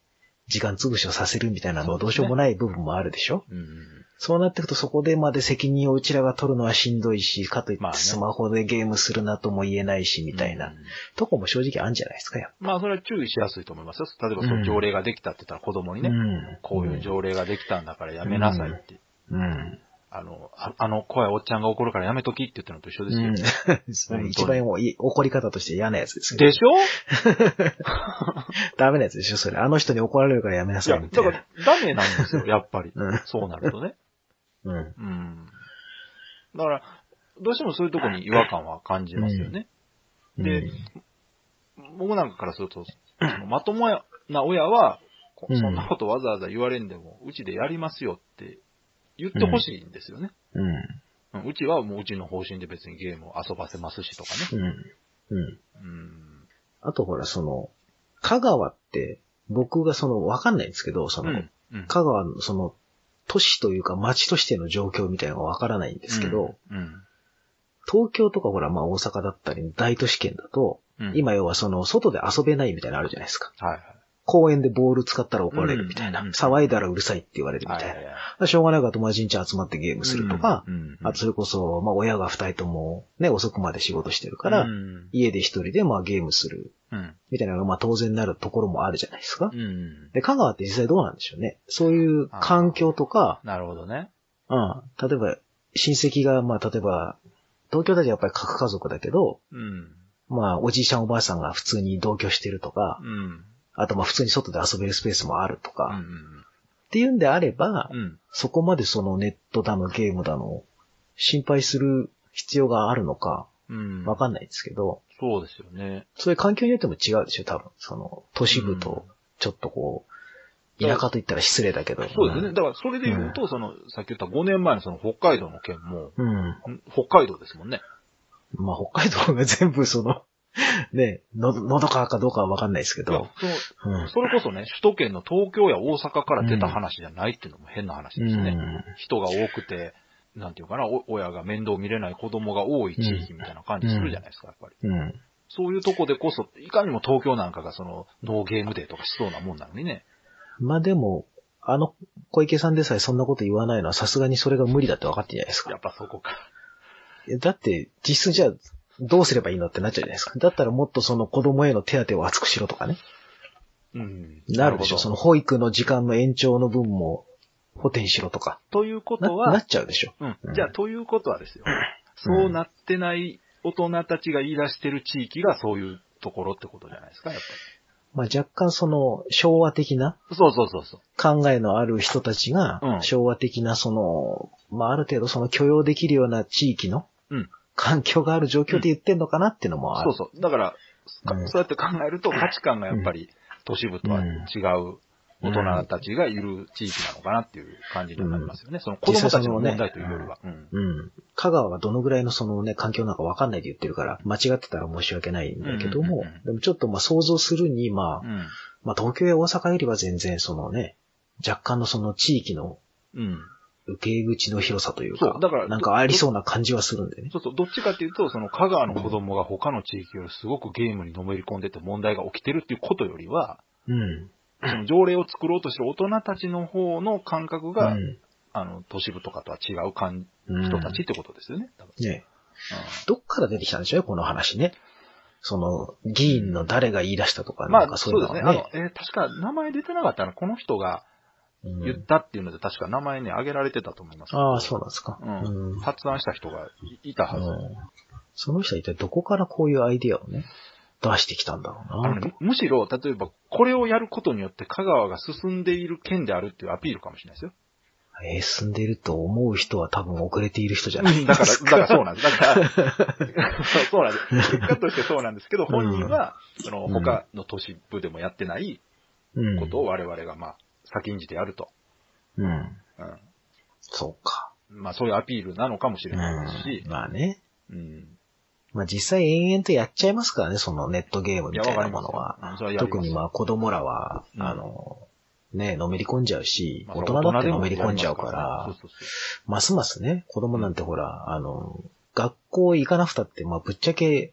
[SPEAKER 2] 時間潰しをさせるみたいなの
[SPEAKER 1] そ
[SPEAKER 2] は
[SPEAKER 1] うで
[SPEAKER 2] ど
[SPEAKER 1] すね
[SPEAKER 2] うしようもない部分もあるでしょ
[SPEAKER 1] うん。
[SPEAKER 2] そうなってくとそこでまで責任をうちらが取るのはしんどいし、かといっ
[SPEAKER 1] まあ
[SPEAKER 2] て
[SPEAKER 1] ね
[SPEAKER 2] スマホでゲームするなとも言えない し、みたいな、
[SPEAKER 1] うん。
[SPEAKER 2] とこも正直あるんじゃないですか、やっ
[SPEAKER 1] まあ、それは注意しやすいと思いますよ。例えば、そううん条例ができたって言ったら子供
[SPEAKER 2] ぱ
[SPEAKER 1] にね、
[SPEAKER 2] ん
[SPEAKER 1] こういう条例ができたんだからやめなさいって。
[SPEAKER 2] うん。
[SPEAKER 1] あの、ああの、怖いおっちゃんが怒るからやめときって言ったのと一緒ですよ。
[SPEAKER 2] うん。それ一番いい怒り方として嫌なやつですよね。
[SPEAKER 1] でしょ
[SPEAKER 2] ダメなやつでしょそれ。あの人に怒られるからやめないさ
[SPEAKER 1] や、
[SPEAKER 2] い、み
[SPEAKER 1] だ
[SPEAKER 2] た
[SPEAKER 1] か
[SPEAKER 2] いな。
[SPEAKER 1] らダメなんですよ、やっぱ り。
[SPEAKER 2] うん
[SPEAKER 1] そうなるとね。
[SPEAKER 2] うん。
[SPEAKER 1] うん。だから、どうしてもそういうとこに違和感は感じますよね。で
[SPEAKER 2] うん
[SPEAKER 1] 僕なんかからすると、そのまともな親は、こ
[SPEAKER 2] うん
[SPEAKER 1] そんなことわざわざ言われんでも、うちでやりますよって言ってほしいんですよね。
[SPEAKER 2] うん。
[SPEAKER 1] うんうちはもううちの方針で別にゲームを遊ばせますしとかね。
[SPEAKER 2] うん。うん。
[SPEAKER 1] うん。
[SPEAKER 2] あとほら、その、香川って、僕がその、わかんないんですけど、その、
[SPEAKER 1] うん。うん。
[SPEAKER 2] 香川のその、都市というか町としての状況みたいなのがわからないんですけど、
[SPEAKER 1] うん。
[SPEAKER 2] 東京とかほら、まあ大阪だったり、大都市圏だと、
[SPEAKER 1] うん。
[SPEAKER 2] 今要はその、外で遊べないみたいなのあるじゃないですか。
[SPEAKER 1] はいはい。
[SPEAKER 2] 公園でボール使ったら怒られるみたいな。
[SPEAKER 1] うんうんうん
[SPEAKER 2] 騒いだらうるさいって言われるみたいな。
[SPEAKER 1] はいはいはい
[SPEAKER 2] しょうがないから友達ん家集まってゲームするとか、
[SPEAKER 1] うんうんうん
[SPEAKER 2] あとそれこそ、まあ親が二人ともね、遅くまで仕事してるから、
[SPEAKER 1] うん。
[SPEAKER 2] 家で一人でまあゲームする
[SPEAKER 1] うん。
[SPEAKER 2] みたいなのがまあ当然なるところもあるじゃないですか。
[SPEAKER 1] うん。
[SPEAKER 2] で、香川って実際どうなんでしょうね。そういう環境とか、
[SPEAKER 1] なるほどね。
[SPEAKER 2] うん、例えば親戚が、まあ例えば、東京だとやっぱり核家族だけど、
[SPEAKER 1] うん。
[SPEAKER 2] まあおじいちゃんおばあさんが普通に同居してるとか
[SPEAKER 1] う、ん。
[SPEAKER 2] あとまあ普通に外で遊べるスペースもあると
[SPEAKER 1] う
[SPEAKER 2] か、っ
[SPEAKER 1] ん。
[SPEAKER 2] ていうんであれば、
[SPEAKER 1] うん。
[SPEAKER 2] そこまでそのネットだのゲームだの、心配する必要があるのか、
[SPEAKER 1] うん。
[SPEAKER 2] わかんないですけど、
[SPEAKER 1] そうですよね。
[SPEAKER 2] そういう環境によっても違うでしょ、多分。その、都市部と、ちょっとこう、田舎と言ったら失礼だけど。
[SPEAKER 1] そうですね。だから、それで言うと、その、さっき言った5年前のその北海道の件も、
[SPEAKER 2] うん。
[SPEAKER 1] ん北海道ですもんね。
[SPEAKER 2] うん。まあ、北海道が全部その、 ね、の、のどかかどうかはわかんないですけ
[SPEAKER 1] いや
[SPEAKER 2] ど。
[SPEAKER 1] そ
[SPEAKER 2] うん
[SPEAKER 1] の。それこそね、首都圏の東京や大阪から出た話じゃないっていうのも変な話ですね。
[SPEAKER 2] うん
[SPEAKER 1] 人が多くて、なんていうかな、お親が面倒見れない子供が多い地域みたいな感じするじゃないですか、やっぱり。
[SPEAKER 2] うん。
[SPEAKER 1] そういうとこでこそ、いかにも東京なんかがその、ノーゲームデーとかしそうなもんなのにね。
[SPEAKER 2] まあでも、あの、小池さんでさえそんなこと言わないのはさすがにそれが無理だって分かってるじゃないです
[SPEAKER 1] や
[SPEAKER 2] か
[SPEAKER 1] っ。ぱそこか。
[SPEAKER 2] だって、実質じゃあ、どうすればいいのってなっちゃうじゃないですか。だったらもっとその子供への手当てを厚くしろとかね。
[SPEAKER 1] うん。
[SPEAKER 2] なるでしょ。
[SPEAKER 1] ほ
[SPEAKER 2] そ
[SPEAKER 1] ど
[SPEAKER 2] の保育の時間の延長の分も補填しろとか。
[SPEAKER 1] というこ
[SPEAKER 2] な
[SPEAKER 1] と
[SPEAKER 2] な
[SPEAKER 1] は
[SPEAKER 2] っ、ちゃうでしょ。
[SPEAKER 1] うん
[SPEAKER 2] うん。
[SPEAKER 1] じゃあ、ということはですよ。
[SPEAKER 2] うん
[SPEAKER 1] そうなってない大人たちが言い出してる地域がそういうところってことじゃないですか、やっぱ
[SPEAKER 2] まあ若干その昭和的な
[SPEAKER 1] り。そうそうそうそう。
[SPEAKER 2] 考えのある人たちが、
[SPEAKER 1] うん
[SPEAKER 2] 昭和的なその、まあある程度その許容できるような地域の
[SPEAKER 1] うん
[SPEAKER 2] 環境がある状況で言ってんのかなっていうのもあ
[SPEAKER 1] そ
[SPEAKER 2] る。
[SPEAKER 1] うそう。だから、か
[SPEAKER 2] うん
[SPEAKER 1] そうやって考えると価値観がやっぱり都市部とは違う大人たちがいる地域なのかなっていう感じになりますよね。その子供たちの問題というよりは。うん
[SPEAKER 2] うん。香川はどのぐらいのそのね、環境なのかわかんないで言ってるから、間違ってたら申し訳ないんだけど
[SPEAKER 1] うんうん
[SPEAKER 2] も
[SPEAKER 1] うんうん、
[SPEAKER 2] でもちょっとまあ想像するに、まあ、
[SPEAKER 1] うん。
[SPEAKER 2] まあ、東京や大阪よりは全然そのね、若干のその地域の
[SPEAKER 1] うん。
[SPEAKER 2] 受け口の広さというか、
[SPEAKER 1] そうだから
[SPEAKER 2] なんかありそうな感じはするんでね。
[SPEAKER 1] そうそう。どっちかっていうと、その香川の子供が他の地域よりすごくゲームにのめり込んでて問題が起きてるっていうことよりは、
[SPEAKER 2] うん。
[SPEAKER 1] その条例を作ろうとしてる大人たちの方の感覚が、あの、都市部とかとは違う感
[SPEAKER 2] うん、
[SPEAKER 1] 人たちってことですよね。多分
[SPEAKER 2] ね。
[SPEAKER 1] う
[SPEAKER 2] どっから出てきたんでしょうね、この話ね。その、議員の誰が言い出したとか、
[SPEAKER 1] んま
[SPEAKER 2] なん
[SPEAKER 1] あ、
[SPEAKER 2] か
[SPEAKER 1] そ
[SPEAKER 2] そういう
[SPEAKER 1] うで
[SPEAKER 2] の
[SPEAKER 1] すね。
[SPEAKER 2] はね。
[SPEAKER 1] あの、えー確か名前出てなかったな。この人が
[SPEAKER 2] うん
[SPEAKER 1] 言ったっていうので、確か名前ね、挙げられてたと思います。
[SPEAKER 2] ああ、そうなんですか。
[SPEAKER 1] うん
[SPEAKER 2] うん
[SPEAKER 1] 発案した人がいいたはず。
[SPEAKER 2] うんその人は一体どこからこういうアイディアをね、出してきたんだろう
[SPEAKER 1] あ
[SPEAKER 2] な。
[SPEAKER 1] のねむしろ、例えば、これをやることによって香川が進んでいる県であるっていうアピールかもしれないですよ。
[SPEAKER 2] えー進んでいると思う人は多分遅れている人じゃ
[SPEAKER 1] だ
[SPEAKER 2] な
[SPEAKER 1] か
[SPEAKER 2] い
[SPEAKER 1] ら、だ
[SPEAKER 2] ですか。
[SPEAKER 1] からそうなんです。だ から、そうそうなんです。結果としてそうなんですけど、本人は、その、
[SPEAKER 2] うん
[SPEAKER 1] 他の都市部でもやってない
[SPEAKER 2] うん
[SPEAKER 1] ことを我々が、まあ、先んじてやると。
[SPEAKER 2] うん。
[SPEAKER 1] うん。
[SPEAKER 2] そうか。
[SPEAKER 1] まあ、そういうアピールなのかもしれないですし
[SPEAKER 2] うん、まあね。
[SPEAKER 1] うん。
[SPEAKER 2] まあ実際延々とやっちゃいますからね、そのネットゲームみたいなものは。
[SPEAKER 1] うんそれはやり
[SPEAKER 2] 特
[SPEAKER 1] ます
[SPEAKER 2] にまあ子供らは、
[SPEAKER 1] うん
[SPEAKER 2] あの、ね、のめり込んじゃうし、
[SPEAKER 1] まあ
[SPEAKER 2] 大人だって
[SPEAKER 1] でも
[SPEAKER 2] のめり込んじゃうから、
[SPEAKER 1] そうそうそ
[SPEAKER 2] ますますね、子供なんてほら、あの、学校行かなくたって、まあぶっちゃけ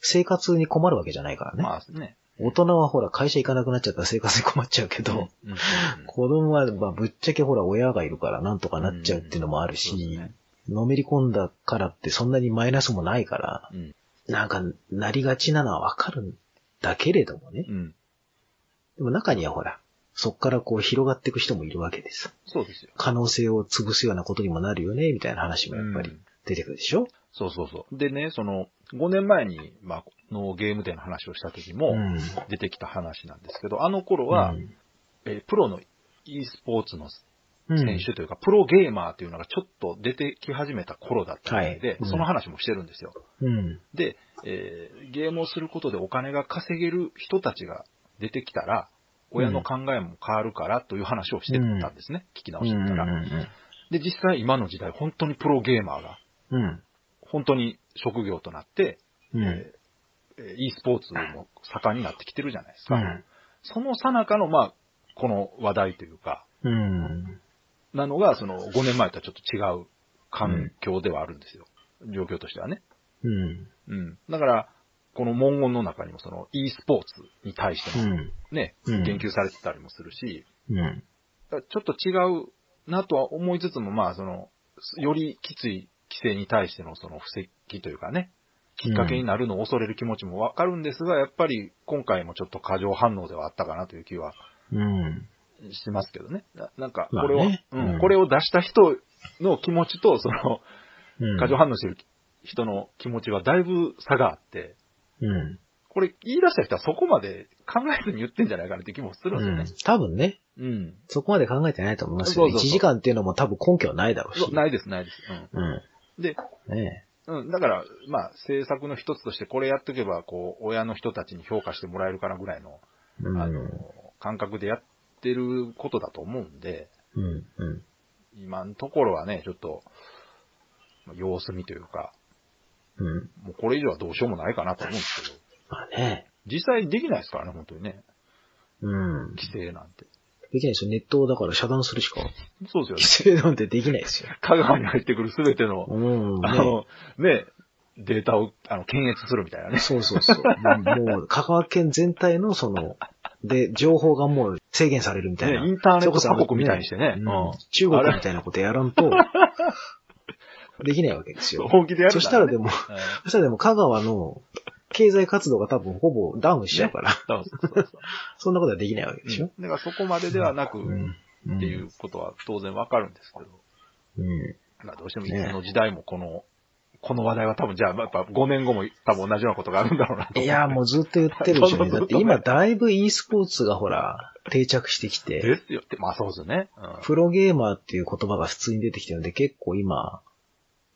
[SPEAKER 2] 生活に困るわけじゃないから
[SPEAKER 1] う。
[SPEAKER 2] ね。
[SPEAKER 1] まあね。
[SPEAKER 2] 大人はほら会社行かなくなっちゃったら生活に困っちゃうけど、
[SPEAKER 1] うん、うん
[SPEAKER 2] 子供はまあぶっちゃけほら親がいるからなんとかなっちゃうっていうのもある
[SPEAKER 1] うんそうで
[SPEAKER 2] し
[SPEAKER 1] すね、
[SPEAKER 2] のめり込んだからってそんなにマイナスもないから、
[SPEAKER 1] うん
[SPEAKER 2] なんかなりがちなのはわかるんだけれどもね。
[SPEAKER 1] うんうん。
[SPEAKER 2] でも中にはほら、そっからこう広がっていく人もいるわけです。
[SPEAKER 1] そうですよ。
[SPEAKER 2] 可能性を潰すようなことにもなるよね、みたいな話もやっぱ
[SPEAKER 1] う
[SPEAKER 2] り
[SPEAKER 1] ん
[SPEAKER 2] 出てくるでしょ、
[SPEAKER 1] そうそうそう。でね、その、5年前に、まあ、のゲーム展の話をした時も、
[SPEAKER 2] うん、
[SPEAKER 1] 出てきた話なんですけど、あの頃は、えープロの e スポーツの
[SPEAKER 2] うん、
[SPEAKER 1] 選手というか、プロゲーマーというのがちょっと出てき始めた頃だったみたいで、
[SPEAKER 2] はいうん
[SPEAKER 1] その話もしてるんですよ。
[SPEAKER 2] うん。
[SPEAKER 1] で、えーゲームをすることでお金が稼げる人たちが出てきたら、親の考えも変わるからという話をしてたんですね。聞き直
[SPEAKER 2] うん。う
[SPEAKER 1] し
[SPEAKER 2] ん。
[SPEAKER 1] てたら。で、実際今の時代、本当にプロゲーマーが、
[SPEAKER 2] うん。
[SPEAKER 1] 本当に職業となって、
[SPEAKER 2] うん。
[SPEAKER 1] えーえー e スポーツも盛んになってきてるじゃないですか。
[SPEAKER 2] うん
[SPEAKER 1] その最中の、まあ、この話題というか、
[SPEAKER 2] うん。
[SPEAKER 1] なのが、その5年前とはちょっと違う環境ではあるんですよ。状況としてはね。
[SPEAKER 2] うん。
[SPEAKER 1] うん。だから、この文言の中にもその e スポーツに対して
[SPEAKER 2] う
[SPEAKER 1] も
[SPEAKER 2] ん。
[SPEAKER 1] ね、
[SPEAKER 2] うん
[SPEAKER 1] 言及されてたりもするし、
[SPEAKER 2] うん。
[SPEAKER 1] だからちょっと違うなとは思いつつも、まあその、よりきつい規制に対してのその布石というかね、きっかけになるのを恐れる気持ちもわかるんですが、やっぱり今回もちょっと過剰反応ではあったかなという気は
[SPEAKER 2] うん。
[SPEAKER 1] しますけどね。ななんか、
[SPEAKER 2] まあ
[SPEAKER 1] これを、
[SPEAKER 2] ね
[SPEAKER 1] うん
[SPEAKER 2] うん
[SPEAKER 1] これを出した人の気持ちと、その、
[SPEAKER 2] うん。
[SPEAKER 1] 過剰反応してる人の気持ちはだいぶ差があって、
[SPEAKER 2] うん。
[SPEAKER 1] これ言い出した人はそこまで考えずに言ってんじゃないかなって気もするん
[SPEAKER 2] う
[SPEAKER 1] で
[SPEAKER 2] ん
[SPEAKER 1] す。
[SPEAKER 2] 多分ね、
[SPEAKER 1] よね。うん。
[SPEAKER 2] そこまで考えてないと思います
[SPEAKER 1] そ
[SPEAKER 2] よ。
[SPEAKER 1] うそうそう
[SPEAKER 2] 1時間っていうのも多分根拠はないだろう
[SPEAKER 1] そ
[SPEAKER 2] し。
[SPEAKER 1] うないです、ないです。
[SPEAKER 2] うん。
[SPEAKER 1] で、
[SPEAKER 2] ね
[SPEAKER 1] うん。うん、だから、まあ、政策の一つとしてこれやっとけば、こう、親の人たちに評価してもらえるかなぐらいの、
[SPEAKER 2] え。うん。
[SPEAKER 1] あの、感覚でやってることだと思うんで、
[SPEAKER 2] うん。うん。
[SPEAKER 1] 今のところはね、ちょっと、まあ様子見というか、
[SPEAKER 2] うん。
[SPEAKER 1] もうこれ以上はどうしようもないかなと思うんですけど、
[SPEAKER 2] まあね。
[SPEAKER 1] 実際できないですからね、本当にね。
[SPEAKER 2] うん。
[SPEAKER 1] 規制なんて。
[SPEAKER 2] できないですよ。ネットをだから遮断するしか、
[SPEAKER 1] そう ですよね
[SPEAKER 2] 規。制なんてできないですよ。
[SPEAKER 1] 香川に入ってくるすべての、
[SPEAKER 2] うん。
[SPEAKER 1] あ
[SPEAKER 2] ね
[SPEAKER 1] の、ね、データを、あの、検閲するみたいなね。
[SPEAKER 2] そうそうそう。もうもう、香川県全体のその、で、情報がもう制限されるみたいな。
[SPEAKER 1] ねインターネット鎖国みたいにしてね
[SPEAKER 2] うん
[SPEAKER 1] うん
[SPEAKER 2] 中国みたいなことやらんと、できないわけですよ。
[SPEAKER 1] 本気でやる
[SPEAKER 2] そしたらで
[SPEAKER 1] も、
[SPEAKER 2] も、
[SPEAKER 1] うん
[SPEAKER 2] そしたらでも香川の経済活動が多分ほぼダウンしちゃうから、
[SPEAKER 1] そうそうそうそう
[SPEAKER 2] そんなことはできないわけでしょ。
[SPEAKER 1] うんだからそこまでではなく、っ
[SPEAKER 2] ん
[SPEAKER 1] ていう。ことは当然わかるんですけど、
[SPEAKER 2] うん。
[SPEAKER 1] まあどうしてもいつの時代もこの、この話題は多分じゃあ、やっぱ5年後も多分同じようなことがあるんだろうなと。
[SPEAKER 2] いや、もうずっと言ってるでし
[SPEAKER 1] そ
[SPEAKER 2] ょ、
[SPEAKER 1] うそう
[SPEAKER 2] ね。
[SPEAKER 1] そう
[SPEAKER 2] だって今だいぶ e スポーツがほら、定着してきて、
[SPEAKER 1] ですよって、まあそうですよね。うん
[SPEAKER 2] プロゲーマーっていう言葉が普通に出てきてるんで、結構今、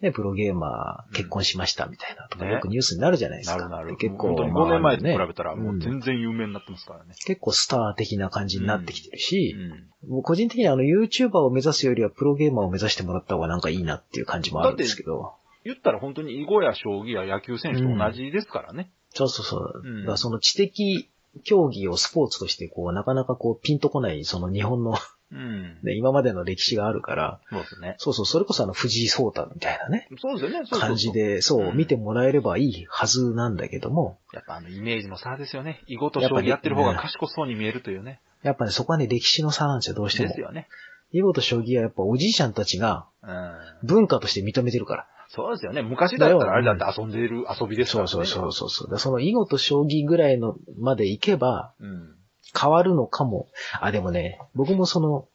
[SPEAKER 2] ね、プロゲーマー結婚しましたみたいなとか、
[SPEAKER 1] ね
[SPEAKER 2] よくニュースになるじゃないです
[SPEAKER 1] な
[SPEAKER 2] か。
[SPEAKER 1] るなる。
[SPEAKER 2] で結構、
[SPEAKER 1] 本当に
[SPEAKER 2] まあ
[SPEAKER 1] 5年前と比べたら
[SPEAKER 2] ね
[SPEAKER 1] もう
[SPEAKER 2] うん
[SPEAKER 1] 全然有名になってますからね。
[SPEAKER 2] 結構スター的な感じになってきてるし、
[SPEAKER 1] うん
[SPEAKER 2] もう個人的にはあの YouTuber を目指すよりはプロゲーマーを目指してもらった方がなんかいいなっていう感じもあるんですけど。
[SPEAKER 1] 言ったら本当に囲碁や将棋や野球選手と同じですからね。
[SPEAKER 2] そうそうそう。
[SPEAKER 1] うん
[SPEAKER 2] だからその知的競技をスポーツとしてこうなかなかこうピンとこないその日本の
[SPEAKER 1] うん。
[SPEAKER 2] ね、今までの歴史があるから、
[SPEAKER 1] そうですね。
[SPEAKER 2] そうそう、それこそあの藤井聡太みたいなね、
[SPEAKER 1] そうですよね。そうそうそう
[SPEAKER 2] 感じ。で、そう、見てもらえればいいはずなんだけども、
[SPEAKER 1] やっぱあのイメージの差ですよね。囲碁と
[SPEAKER 2] や
[SPEAKER 1] 将
[SPEAKER 2] っぱ
[SPEAKER 1] 棋
[SPEAKER 2] り
[SPEAKER 1] やってる方が賢そうに見えるというね。
[SPEAKER 2] やっぱね、そこはね、歴史の差なんですよ、どうして
[SPEAKER 1] で
[SPEAKER 2] も
[SPEAKER 1] す。よね。
[SPEAKER 2] 囲碁と将棋はやっぱおじいちゃんたちが
[SPEAKER 1] うん。
[SPEAKER 2] 文化として認めてるから。
[SPEAKER 1] そうですよね。昔だったらあれだって遊んでいる遊びですか
[SPEAKER 2] そ
[SPEAKER 1] ら
[SPEAKER 2] う
[SPEAKER 1] ね。
[SPEAKER 2] そうそうそうそう。だからその囲碁と将棋ぐらいのまで行けば
[SPEAKER 1] う。うん。
[SPEAKER 2] 変わるのかも。あ、でもね、僕もその、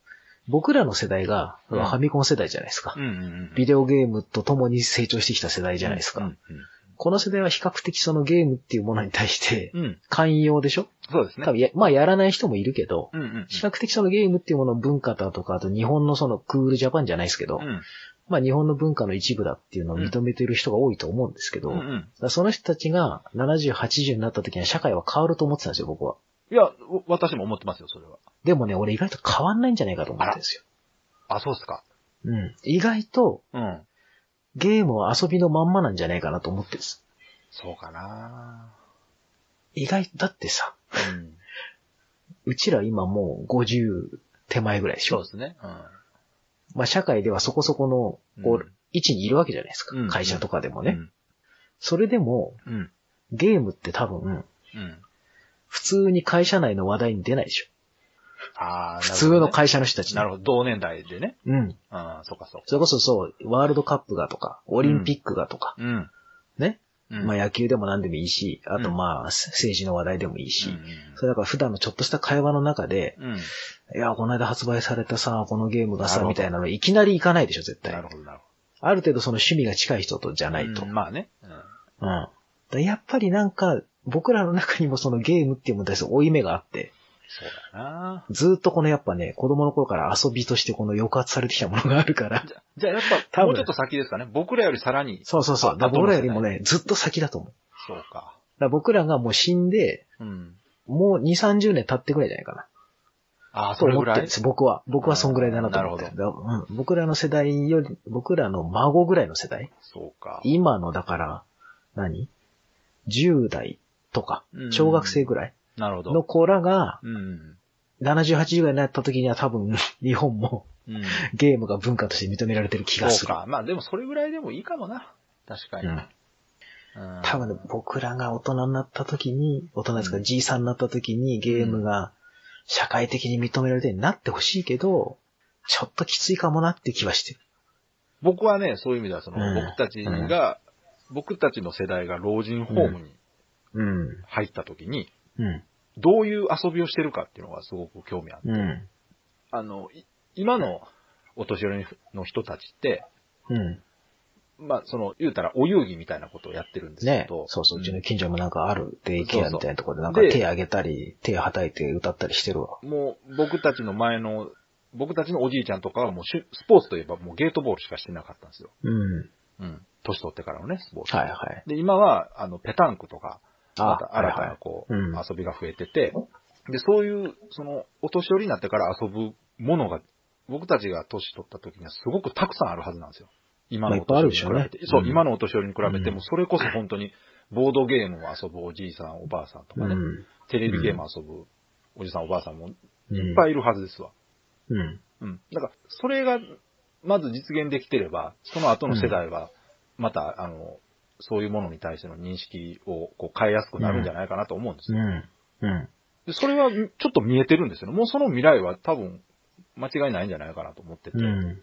[SPEAKER 2] 僕らの世代が、フ
[SPEAKER 1] うん
[SPEAKER 2] ァミコン世代じゃないですか
[SPEAKER 1] う。んうんうん。
[SPEAKER 2] ビデオゲームと共に成長してきた世代じゃないですか。
[SPEAKER 1] うん
[SPEAKER 2] この世代は比較的そのゲームっていうものに対して
[SPEAKER 1] うん。
[SPEAKER 2] 寛容でしょ
[SPEAKER 1] そうですね
[SPEAKER 2] 多。分や、まあやらない人もいるけど、
[SPEAKER 1] うんうん
[SPEAKER 2] 比較的そのゲームっていうものの文化だとか、あと日本のそのクールジャパンじゃないですけど、
[SPEAKER 1] うん。うん
[SPEAKER 2] まあ日本の文化の一部だっていうのを認めてる人が多いと思うんですけど、
[SPEAKER 1] うん
[SPEAKER 2] だか
[SPEAKER 1] うん。
[SPEAKER 2] らその人たちが70、80になった時には社会は変わると思ってたんですよ、僕は。
[SPEAKER 1] いや、お私も思ってますよ、それは。
[SPEAKER 2] でもね、俺意外と変わんないんじゃないかと思ってるんですよ。
[SPEAKER 1] あ、そうっすか。
[SPEAKER 2] うん。意外と
[SPEAKER 1] うん。
[SPEAKER 2] ゲームは遊びのまんまなんじゃないかなと思ってるんです。
[SPEAKER 1] そうかな
[SPEAKER 2] 意外、だってさ、
[SPEAKER 1] うん。
[SPEAKER 2] うちら今もう50手前ぐらいでし
[SPEAKER 1] そう
[SPEAKER 2] ょ
[SPEAKER 1] ですね。
[SPEAKER 2] まあ社会ではそこそこの、こ
[SPEAKER 1] う、
[SPEAKER 2] うん位置にいるわけじゃないですか。
[SPEAKER 1] うん
[SPEAKER 2] 会社とかでも
[SPEAKER 1] うん。
[SPEAKER 2] ね。
[SPEAKER 1] うん。
[SPEAKER 2] それでも、
[SPEAKER 1] うん。
[SPEAKER 2] ゲームって多分、
[SPEAKER 1] うん。
[SPEAKER 2] 普通に会社内の話題に出ないでしょ。
[SPEAKER 1] ああ、
[SPEAKER 2] 普通の
[SPEAKER 1] 会
[SPEAKER 2] 会社の人たち、
[SPEAKER 1] なるほど。同年代でね。
[SPEAKER 2] ど。うん。
[SPEAKER 1] うん、そうかそうか。
[SPEAKER 2] それこそそう、ワールドカップがとか、オリンピックがとか、
[SPEAKER 1] うん。
[SPEAKER 2] ね。
[SPEAKER 1] うん。
[SPEAKER 2] まあ
[SPEAKER 1] や
[SPEAKER 2] 野球でも何でもいいし、あと
[SPEAKER 1] うん
[SPEAKER 2] まあ政治の話題でもいいし、そ
[SPEAKER 1] し。
[SPEAKER 2] れだから普段のちょっとした会話の中で、
[SPEAKER 1] うん。
[SPEAKER 2] いや、この間発売されたさ、このゲーム
[SPEAKER 1] な
[SPEAKER 2] が
[SPEAKER 1] る
[SPEAKER 2] さ、
[SPEAKER 1] ほど
[SPEAKER 2] みたいなのいきなりいかないでしょ、絶対。
[SPEAKER 1] なるほど、なるほ
[SPEAKER 2] ある程度その趣味が近い人とじゃ
[SPEAKER 1] ど。
[SPEAKER 2] ないと。
[SPEAKER 1] う
[SPEAKER 2] うんん。
[SPEAKER 1] まあね。うん
[SPEAKER 2] だからやっぱりなんか、僕らの中にもそのゲームっていうものに対する負い目があって、
[SPEAKER 1] そうだな
[SPEAKER 2] ずーっとこのやっぱね、子供の頃から遊びとしてこの抑圧されてきたものがあるから。
[SPEAKER 1] じゃ、じゃあやっぱ、
[SPEAKER 2] 多分
[SPEAKER 1] もうちょっと先ですかね。僕らよりさらに。
[SPEAKER 2] そうそうそう。
[SPEAKER 1] あ
[SPEAKER 2] だから
[SPEAKER 1] 後の世
[SPEAKER 2] 僕ら
[SPEAKER 1] 代
[SPEAKER 2] よりもね、ずっと先だと思う。だか
[SPEAKER 1] そうか。
[SPEAKER 2] ら僕らがもう死んで、
[SPEAKER 1] うん。
[SPEAKER 2] もう2、30年経ってくらいじゃないかな。
[SPEAKER 1] ああ、それぐ
[SPEAKER 2] と思っ
[SPEAKER 1] ら
[SPEAKER 2] て
[SPEAKER 1] い
[SPEAKER 2] るんです僕は。僕はそんぐらいだなと思って
[SPEAKER 1] あー
[SPEAKER 2] る。だからうん、僕らの世代より、僕らの孫ぐらいの世代。
[SPEAKER 1] そうか。
[SPEAKER 2] 今のだから、何 ?10 代とか、小学生ぐらい
[SPEAKER 1] なるほ
[SPEAKER 2] の
[SPEAKER 1] ど。
[SPEAKER 2] 子らが、
[SPEAKER 1] うん。
[SPEAKER 2] 70、80ぐらいになった時には多分、 日本も
[SPEAKER 1] うん。
[SPEAKER 2] ゲームが文化として認められてる気が
[SPEAKER 1] そ
[SPEAKER 2] す
[SPEAKER 1] う
[SPEAKER 2] る。
[SPEAKER 1] か。まあでもそれぐらいでもいいかもな。確かに。
[SPEAKER 2] うん
[SPEAKER 1] うん
[SPEAKER 2] 多分ね、僕らが大人になった時に、大人ですか、
[SPEAKER 1] うん
[SPEAKER 2] じいさんになった時にゲームが社会的に認められるようになってほしいけど、ちょっときついかもなって気はしてる。
[SPEAKER 1] 僕はね、そういう意味では、その、
[SPEAKER 2] うん
[SPEAKER 1] 僕たちが、僕たちの世代が老人ホームに
[SPEAKER 2] うん。
[SPEAKER 1] 入った時に、
[SPEAKER 2] う
[SPEAKER 1] どういう遊びをしてるかっていうのがすごく興味ある。
[SPEAKER 2] ん。う
[SPEAKER 1] あの、い今のお年寄りの人たちって、
[SPEAKER 2] ん。う
[SPEAKER 1] まあ、その、言うたらお遊戯みたいなことをやってるんで
[SPEAKER 2] ん。
[SPEAKER 1] すけ
[SPEAKER 2] ね
[SPEAKER 1] ど、
[SPEAKER 2] そうそう、うちの
[SPEAKER 1] ん
[SPEAKER 2] 近所もなんかあるデイケアみたいなところで、なんか
[SPEAKER 1] そうそうで
[SPEAKER 2] 手あげたり、手はたいて歌ったりしてるわ。
[SPEAKER 1] もう僕たちの前の、僕たちのおじいちゃんとかはもうしゅスポーツといえばもうゲートボールしかしてなかったんですよ。
[SPEAKER 2] うん。
[SPEAKER 1] うん。年取ってからのね、スポーツ。
[SPEAKER 2] はいはい。
[SPEAKER 1] で、今は、あの、ペタンクとか、また新た
[SPEAKER 2] はいは
[SPEAKER 1] ないこ
[SPEAKER 2] うん
[SPEAKER 1] う、遊びが増えてて、で、そういう、その、お年寄りになってから遊ぶものが、僕たちが年取った時にはすごくたくさんあるはずなんですよ。今のお年寄りに比
[SPEAKER 2] まあい
[SPEAKER 1] べ
[SPEAKER 2] っぱいあるで
[SPEAKER 1] て。
[SPEAKER 2] しょ
[SPEAKER 1] そう
[SPEAKER 2] うね
[SPEAKER 1] う、
[SPEAKER 2] ん
[SPEAKER 1] 今のお年寄りに比べて
[SPEAKER 2] う
[SPEAKER 1] も、それこそ本当に、ボードゲームを遊ぶおじいさん、おばあさんとかね、テレビゲームを遊ぶおじさん、おばあさんもい
[SPEAKER 2] うん。
[SPEAKER 1] っぱ
[SPEAKER 2] い。
[SPEAKER 1] いいるはずですわ。
[SPEAKER 2] うん。
[SPEAKER 1] うん。だから、それが、まず実現できてれば、その後の世代は、また、あの、そういうものに対しての認識をこう変えやすくなるんじゃないかなと思うんですよ。
[SPEAKER 2] うん。うん。
[SPEAKER 1] で、それはちょっと見えてるんですよね。もうその未来は多分、間違いないんじゃないかなと思ってて、
[SPEAKER 2] うん。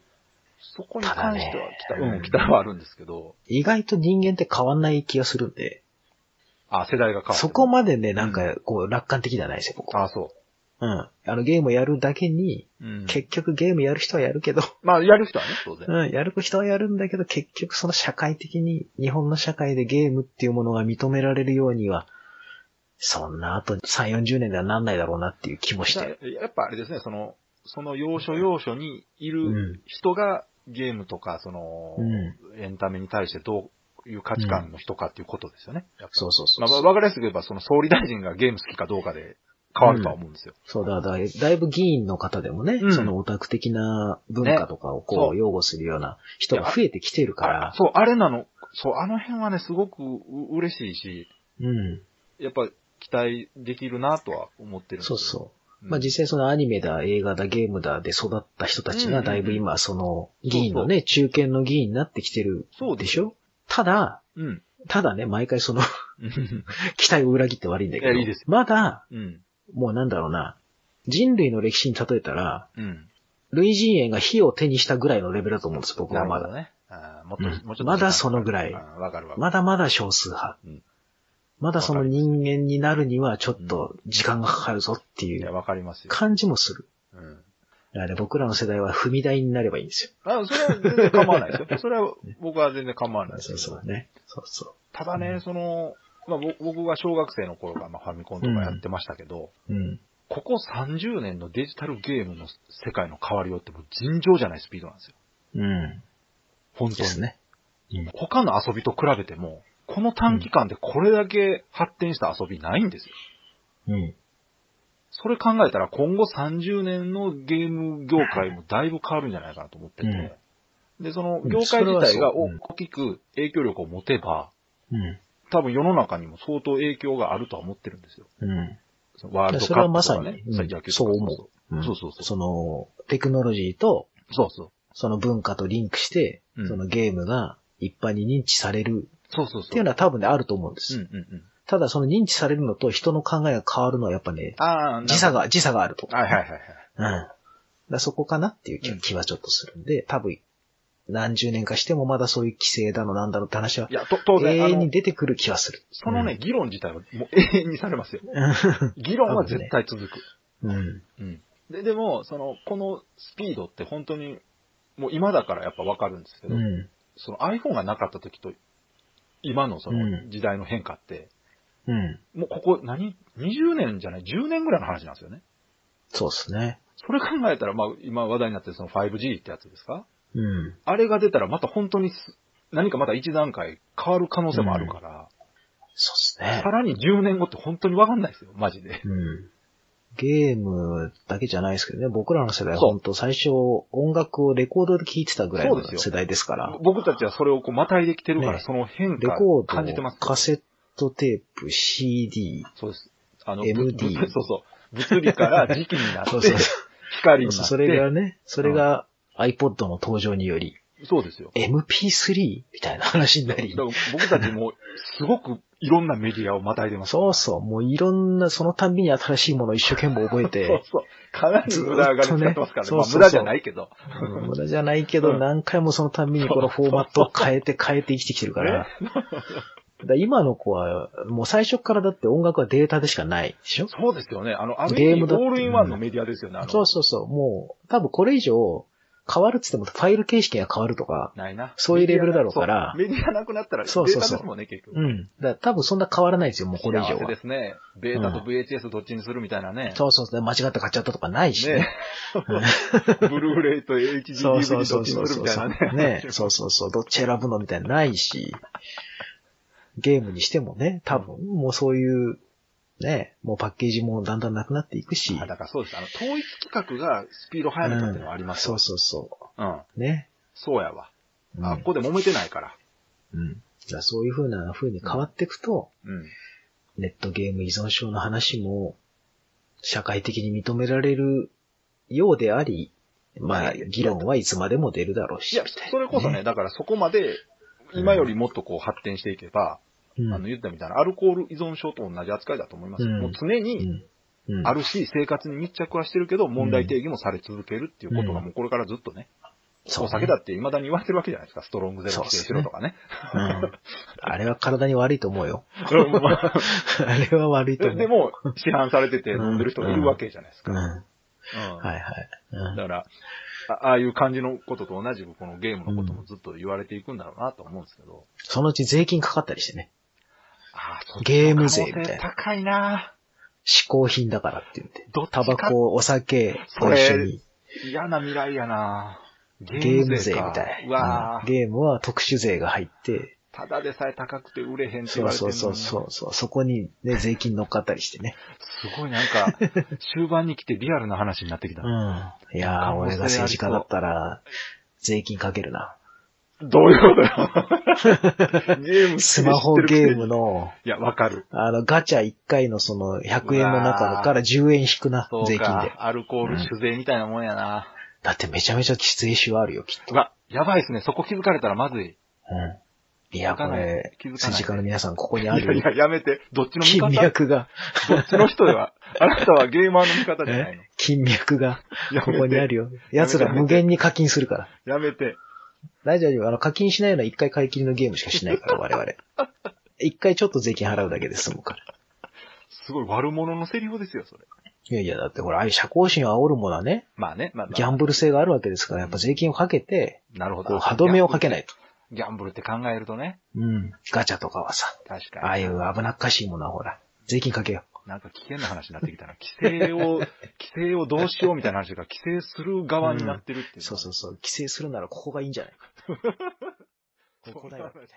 [SPEAKER 1] そこに関しては期
[SPEAKER 2] ただ
[SPEAKER 1] 待、
[SPEAKER 2] ね
[SPEAKER 1] うん、期待はあるんですけど、
[SPEAKER 2] 意外と人間って変わんない気がするんで、
[SPEAKER 1] あ、世代が変わってる
[SPEAKER 2] そこまでね、なんか、こう、楽観的じゃないですよ、僕は。
[SPEAKER 1] あ、そ
[SPEAKER 2] うん。あの、ゲームやるだけに、
[SPEAKER 1] う。うん。
[SPEAKER 2] 結局ゲームやる人はやるけど、
[SPEAKER 1] まあ、やる人はね、当然。
[SPEAKER 2] うん、やる人はやるんだけど、結局その社会的に、日本の社会でゲームっていうものが認められるようには、そんなあと3、40年ではなんないだろうなっていう気もし
[SPEAKER 1] だ
[SPEAKER 2] て
[SPEAKER 1] から
[SPEAKER 2] る。
[SPEAKER 1] やっぱあれですね、その、その要所要所にいうる
[SPEAKER 2] ん。
[SPEAKER 1] 人が、ゲームとか、その、
[SPEAKER 2] うん。
[SPEAKER 1] エンタメに対してどういう価値観の人かっていうことですよね。やっぱ
[SPEAKER 2] そうそうそ
[SPEAKER 1] ま
[SPEAKER 2] う
[SPEAKER 1] あ、わわかりやすく言えば、その総理大臣がゲーム好きかどうかで変わるとは思うんですよ。
[SPEAKER 2] そうだ、だいだいぶ議員の方でもね、
[SPEAKER 1] うん
[SPEAKER 2] そのオタク的な文化とかを
[SPEAKER 1] ね
[SPEAKER 2] こ
[SPEAKER 1] そう
[SPEAKER 2] う、擁護するような人が増えてきてるか
[SPEAKER 1] あ
[SPEAKER 2] ら、
[SPEAKER 1] そう、あれなの、そう、あの辺はね、すごくう嬉しいし、
[SPEAKER 2] うん。
[SPEAKER 1] やっぱ期待できるなとは思ってるんです
[SPEAKER 2] そ
[SPEAKER 1] よ
[SPEAKER 2] うそう。
[SPEAKER 1] うん
[SPEAKER 2] まあ実際そのアニメだ、映画だ、ゲームだで育った人たちがだいぶ今その議員のね、中堅の議員になってきてる
[SPEAKER 1] そう
[SPEAKER 2] で
[SPEAKER 1] で
[SPEAKER 2] し
[SPEAKER 1] す
[SPEAKER 2] ょただ、
[SPEAKER 1] うん。
[SPEAKER 2] ただね、毎回その 期待を裏切って悪いんだけど、
[SPEAKER 1] いやいいです
[SPEAKER 2] まだ、
[SPEAKER 1] うん。
[SPEAKER 2] もうなんだろうな、人類の歴史に例えたら、
[SPEAKER 1] うん。
[SPEAKER 2] 類人猿が火を手にしたぐらいのレベルだと思うんです、僕
[SPEAKER 1] な
[SPEAKER 2] は
[SPEAKER 1] るほ
[SPEAKER 2] ま
[SPEAKER 1] ど
[SPEAKER 2] だ。
[SPEAKER 1] ね。あーもっ
[SPEAKER 2] う
[SPEAKER 1] と、
[SPEAKER 2] ん
[SPEAKER 1] もうちょっと時間
[SPEAKER 2] まだそのぐらい
[SPEAKER 1] あーわかるわかる。
[SPEAKER 2] まだまだ少数派
[SPEAKER 1] うん。
[SPEAKER 2] まだその人間になるにはちょっと時間がかかるぞって
[SPEAKER 1] い
[SPEAKER 2] い
[SPEAKER 1] や、
[SPEAKER 2] う
[SPEAKER 1] わかりますよ。
[SPEAKER 2] 感じもする。
[SPEAKER 1] うん。
[SPEAKER 2] だからね僕らの世代は踏み台になればいいんですよ。
[SPEAKER 1] あそれは全然構わないですよ。それは僕は全然構わないです
[SPEAKER 2] そ
[SPEAKER 1] け
[SPEAKER 2] う
[SPEAKER 1] ど。
[SPEAKER 2] そうね。そうそ
[SPEAKER 1] ただね、その、まあ、ぼ僕が小学生の頃からまあファミコンとかやってましたけど、
[SPEAKER 2] う。うん。
[SPEAKER 1] ここ30年のデジタルゲームの世界の変わりようってもう尋常じゃないスピードなんですよ。
[SPEAKER 2] うん。
[SPEAKER 1] 本当
[SPEAKER 2] で
[SPEAKER 1] に。
[SPEAKER 2] すね。
[SPEAKER 1] 他の遊びと比べても、この短期間でこれだけ発展した遊びないんですよ。
[SPEAKER 2] うん。
[SPEAKER 1] それ考えたら今後30年のゲーム業界もだいぶ変わるんじゃないかなと思ってて、で、その
[SPEAKER 2] うん
[SPEAKER 1] 業界自体が
[SPEAKER 2] それはそううん
[SPEAKER 1] 大きく影響力を持てば、
[SPEAKER 2] うん。
[SPEAKER 1] 多分世の中にも相当影響があるとは思ってるんですよ。
[SPEAKER 2] うん。
[SPEAKER 1] そのワールド
[SPEAKER 2] そ
[SPEAKER 1] カ
[SPEAKER 2] れ
[SPEAKER 1] ッ
[SPEAKER 2] はま
[SPEAKER 1] プと
[SPEAKER 2] さ
[SPEAKER 1] か
[SPEAKER 2] に
[SPEAKER 1] ね、
[SPEAKER 2] うん
[SPEAKER 1] 野球とか
[SPEAKER 2] そう思うん
[SPEAKER 1] そうそうそう
[SPEAKER 2] その、テクノロジーと、
[SPEAKER 1] そうそう。
[SPEAKER 2] その文化とリンクして、
[SPEAKER 1] うん
[SPEAKER 2] そのゲームが一般に認知される
[SPEAKER 1] そうそうそう。
[SPEAKER 2] っていうのは多分ね、あると思うんです。
[SPEAKER 1] うんうんうん。
[SPEAKER 2] ただその認知されるのと人の考えが変わるのはやっぱね、
[SPEAKER 1] ああ、
[SPEAKER 2] 時差が、時差があると。
[SPEAKER 1] はいはいはいはい。
[SPEAKER 2] うん。だからそこかなっていう気,、
[SPEAKER 1] うん、
[SPEAKER 2] 気はちょっとするんで、多分、何十年かしてもまだそういう規制だのなんだのって話はい
[SPEAKER 1] や、と当
[SPEAKER 2] 永
[SPEAKER 1] 然、あ
[SPEAKER 2] 遠に
[SPEAKER 1] の、
[SPEAKER 2] 出てくる気はする。
[SPEAKER 1] そのね、議論自体はもう永遠にされますよ。議論は絶対続く。
[SPEAKER 2] うん。うん。
[SPEAKER 1] うん。で、でも、その、このスピードって本当に、もう今だからやっぱわかるんですけど、
[SPEAKER 2] うん。
[SPEAKER 1] その iPhone がなかった時と、今のそうの
[SPEAKER 2] ん
[SPEAKER 1] 時代の変化って、
[SPEAKER 2] うん。
[SPEAKER 1] もうここ何、20年じゃない、10年ぐらいの話なんですよね。
[SPEAKER 2] そうですね。
[SPEAKER 1] それ考えたら、まあ今話題になってるその 5G ってやつですか
[SPEAKER 2] うん。
[SPEAKER 1] あれが出たらまた本当にす何かまた一段階変わる可能性もあるから、
[SPEAKER 2] そうですね
[SPEAKER 1] さ。らに10年後って本当にわかんないですよ、マジで。
[SPEAKER 2] うん。ゲームだけじゃないですけどね、僕らの世代は
[SPEAKER 1] そう
[SPEAKER 2] 本当最初音楽をレコードで聴いてたぐらい
[SPEAKER 1] そう
[SPEAKER 2] の
[SPEAKER 1] ですよ
[SPEAKER 2] 世代ですから、
[SPEAKER 1] 僕たちはそれをこうまたいできてるから、
[SPEAKER 2] ね
[SPEAKER 1] その変
[SPEAKER 2] レ
[SPEAKER 1] 化
[SPEAKER 2] コード、
[SPEAKER 1] 感じてます。
[SPEAKER 2] カセットテープ、CD、
[SPEAKER 1] そうです。あの、
[SPEAKER 2] MD
[SPEAKER 1] ぶぶそうそう。物理から時期になって、
[SPEAKER 2] そうそう
[SPEAKER 1] 光になって。
[SPEAKER 2] それがね、それが iPod の登場により、
[SPEAKER 1] そうですよ。
[SPEAKER 2] MP3? みたいな話にな
[SPEAKER 1] だから
[SPEAKER 2] り。
[SPEAKER 1] 僕たちも、すごくいろんなメディアをまたいでます。
[SPEAKER 2] そうそう、もういろんな、そのたんびに新しいものを一生懸命覚え
[SPEAKER 1] そう
[SPEAKER 2] て、
[SPEAKER 1] そう。かなり無駄が使ってますからね。ま
[SPEAKER 2] ずっとね
[SPEAKER 1] あ
[SPEAKER 2] そうそうそう
[SPEAKER 1] 無駄じゃないけど。
[SPEAKER 2] うん無駄じゃないけど、
[SPEAKER 1] うん
[SPEAKER 2] 何回もそのたんびにこのフォーマットを変えて変えて生きてきてるから。 だから今の子は、もう最初からだって音楽はデータでしかないでしょ
[SPEAKER 1] そうですよね。あの、ある
[SPEAKER 2] ゲ
[SPEAKER 1] 意
[SPEAKER 2] ー
[SPEAKER 1] 味、オ
[SPEAKER 2] ムだって
[SPEAKER 1] ールインワンのメディアですよね。あの
[SPEAKER 2] そうそうそう、もう、多分これ以上、変わるっつってもファイル形式が変わるとか、
[SPEAKER 1] ないな。
[SPEAKER 2] そういうレベルだろうから
[SPEAKER 1] メディアなそうメディアなくなったら、デ
[SPEAKER 2] そうそ
[SPEAKER 1] ー
[SPEAKER 2] う
[SPEAKER 1] タ
[SPEAKER 2] そう
[SPEAKER 1] ですもんね、結局。
[SPEAKER 2] うん。だから多分そんな変わらないですよ、もうこれ以上
[SPEAKER 1] 幸せ
[SPEAKER 2] は
[SPEAKER 1] で。すね。ベータと VHS どっちにするみたいなね。
[SPEAKER 2] そうそうそう、間違って買っちゃったとかないしね。
[SPEAKER 1] ね。 ブルーレイと HD
[SPEAKER 2] そう
[SPEAKER 1] DVD
[SPEAKER 2] そ
[SPEAKER 1] ど
[SPEAKER 2] う
[SPEAKER 1] っち
[SPEAKER 2] そ
[SPEAKER 1] に
[SPEAKER 2] う
[SPEAKER 1] す
[SPEAKER 2] そう
[SPEAKER 1] る
[SPEAKER 2] そ
[SPEAKER 1] み
[SPEAKER 2] う
[SPEAKER 1] たいなね。
[SPEAKER 2] ね。そうそうそう。どっち選ぶのみたいなのないし。ゲームにしてもね、多分、もうそういう、ね、もうパッケージもだんだんなくなっていくし。
[SPEAKER 1] あだからそうです。あの、統一企画がスピード速めたっていうのはあります
[SPEAKER 2] そ
[SPEAKER 1] よ
[SPEAKER 2] う。そうそ
[SPEAKER 1] うん。
[SPEAKER 2] う。ね。
[SPEAKER 1] そうやわ。
[SPEAKER 2] うん
[SPEAKER 1] あ、ここで揉めてないから。
[SPEAKER 2] うん。じゃあそういう風な風に変わっていくと、
[SPEAKER 1] うん。
[SPEAKER 2] ネットゲーム依存症の話も、社会的に認められるようであり、まあ、議論はいつまでも出るだろうし。
[SPEAKER 1] いや、それこそね、だからそこまで、今よりもっとこう発展していけば、
[SPEAKER 2] うん、
[SPEAKER 1] あの、言ったみたいな、アルコール依存症と同じ扱いだと思いますよ。
[SPEAKER 2] うん
[SPEAKER 1] もう常
[SPEAKER 2] う
[SPEAKER 1] に
[SPEAKER 2] ん、うん
[SPEAKER 1] あるし、生活に密着はしてるけど、問題定義もされ続けるっていうことが
[SPEAKER 2] うん
[SPEAKER 1] もうこれからずっとね、
[SPEAKER 2] そう
[SPEAKER 1] お酒だって未だに言われてるわけじゃないですか、ストロングゼロ規制しろとかね。
[SPEAKER 2] うんあれは体に悪いと思うよ。
[SPEAKER 1] うんまあ
[SPEAKER 2] あれは悪いと
[SPEAKER 1] で
[SPEAKER 2] 思う。
[SPEAKER 1] でも、市販されてて飲んでる人がいるわけじゃないです
[SPEAKER 2] う
[SPEAKER 1] か。
[SPEAKER 2] ん。
[SPEAKER 1] うん
[SPEAKER 2] はいはい。うん
[SPEAKER 1] だから、あああいう感じのことと同じく、このゲームのこともずっと言われていくんだろうなと思うんですけど。
[SPEAKER 2] そのうち税金かかったりしてね。
[SPEAKER 1] ああ、そっち
[SPEAKER 2] ゲー
[SPEAKER 1] の
[SPEAKER 2] ム
[SPEAKER 1] 可
[SPEAKER 2] 税
[SPEAKER 1] 能
[SPEAKER 2] みたい
[SPEAKER 1] 性
[SPEAKER 2] な。
[SPEAKER 1] 高いな
[SPEAKER 2] 嗜好品だからって言って。
[SPEAKER 1] どっち
[SPEAKER 2] タ
[SPEAKER 1] か
[SPEAKER 2] バコ、お酒と一緒に
[SPEAKER 1] 嫌な未来やな
[SPEAKER 2] ゲーム税み
[SPEAKER 1] か。
[SPEAKER 2] たいう
[SPEAKER 1] わあ
[SPEAKER 2] うん、ゲームは特殊税が入って、
[SPEAKER 1] ただでさえ高くて売れへんって言
[SPEAKER 2] そ
[SPEAKER 1] わ
[SPEAKER 2] う
[SPEAKER 1] れてる
[SPEAKER 2] そ
[SPEAKER 1] の
[SPEAKER 2] う
[SPEAKER 1] に
[SPEAKER 2] そうそうそう、そこにね、税金乗っかったりしてね。
[SPEAKER 1] すごいなんか、終盤に来てリアルな話になってきた
[SPEAKER 2] う。ん。いやー、俺が政治家だったら、税金かけるな。
[SPEAKER 1] どういうことよゲーム
[SPEAKER 2] スマホゲーム
[SPEAKER 1] の。
[SPEAKER 2] の、
[SPEAKER 1] いや、わかる。
[SPEAKER 2] あの、ガチャ1回のその100円の中から10円引くな
[SPEAKER 1] そ、う
[SPEAKER 2] 税金
[SPEAKER 1] か
[SPEAKER 2] で。。
[SPEAKER 1] アルコール酒税みたいなもんやな、
[SPEAKER 2] だってめちゃめちゃ税収あるよ、きっと。
[SPEAKER 1] うわ、やばいですね。そこ気づかれたらまずい。
[SPEAKER 2] うん。いや、これ
[SPEAKER 1] 気づかない、
[SPEAKER 2] 政治家の皆さん、ここに
[SPEAKER 1] い
[SPEAKER 2] あ
[SPEAKER 1] やい
[SPEAKER 2] る
[SPEAKER 1] や、やめて。どっちの味
[SPEAKER 2] 金
[SPEAKER 1] 方
[SPEAKER 2] 脈が、
[SPEAKER 1] どっちの人では。あなたはゲーマーの味方じゃない
[SPEAKER 2] え金脈が、
[SPEAKER 1] の。
[SPEAKER 2] ここにあ
[SPEAKER 1] る。
[SPEAKER 2] る よ。奴ら無限に課金するから。
[SPEAKER 1] やめて。
[SPEAKER 2] 大丈夫、あの、課金しないのは一回買い切りのゲームしかしないから、我々。一回ちょっと税金払うだけで済むから。
[SPEAKER 1] すごい悪者のセリフですよ、それ。
[SPEAKER 2] いやいや、だってほら、ああいう社交心を煽るものはね、
[SPEAKER 1] まあね、まあ、まあ
[SPEAKER 2] ギャンブル性があるわけですから、やっぱ税金をかけて、
[SPEAKER 1] なるほ
[SPEAKER 2] こ
[SPEAKER 1] ど。
[SPEAKER 2] う歯止めをかけないと。
[SPEAKER 1] ギャンブルって考えるとね、
[SPEAKER 2] うん。ガチャとかはさ、
[SPEAKER 1] 確かに。
[SPEAKER 2] ああいう危なっかしいものはほら、税金かけよ。
[SPEAKER 1] なんか危険な話になってきたな。規制を、規制をどうしようみたいな話が、規制する側になってるっていうう。
[SPEAKER 2] そうそうそう。規制するならここがいいんじゃないか。ここだよ、みたいな。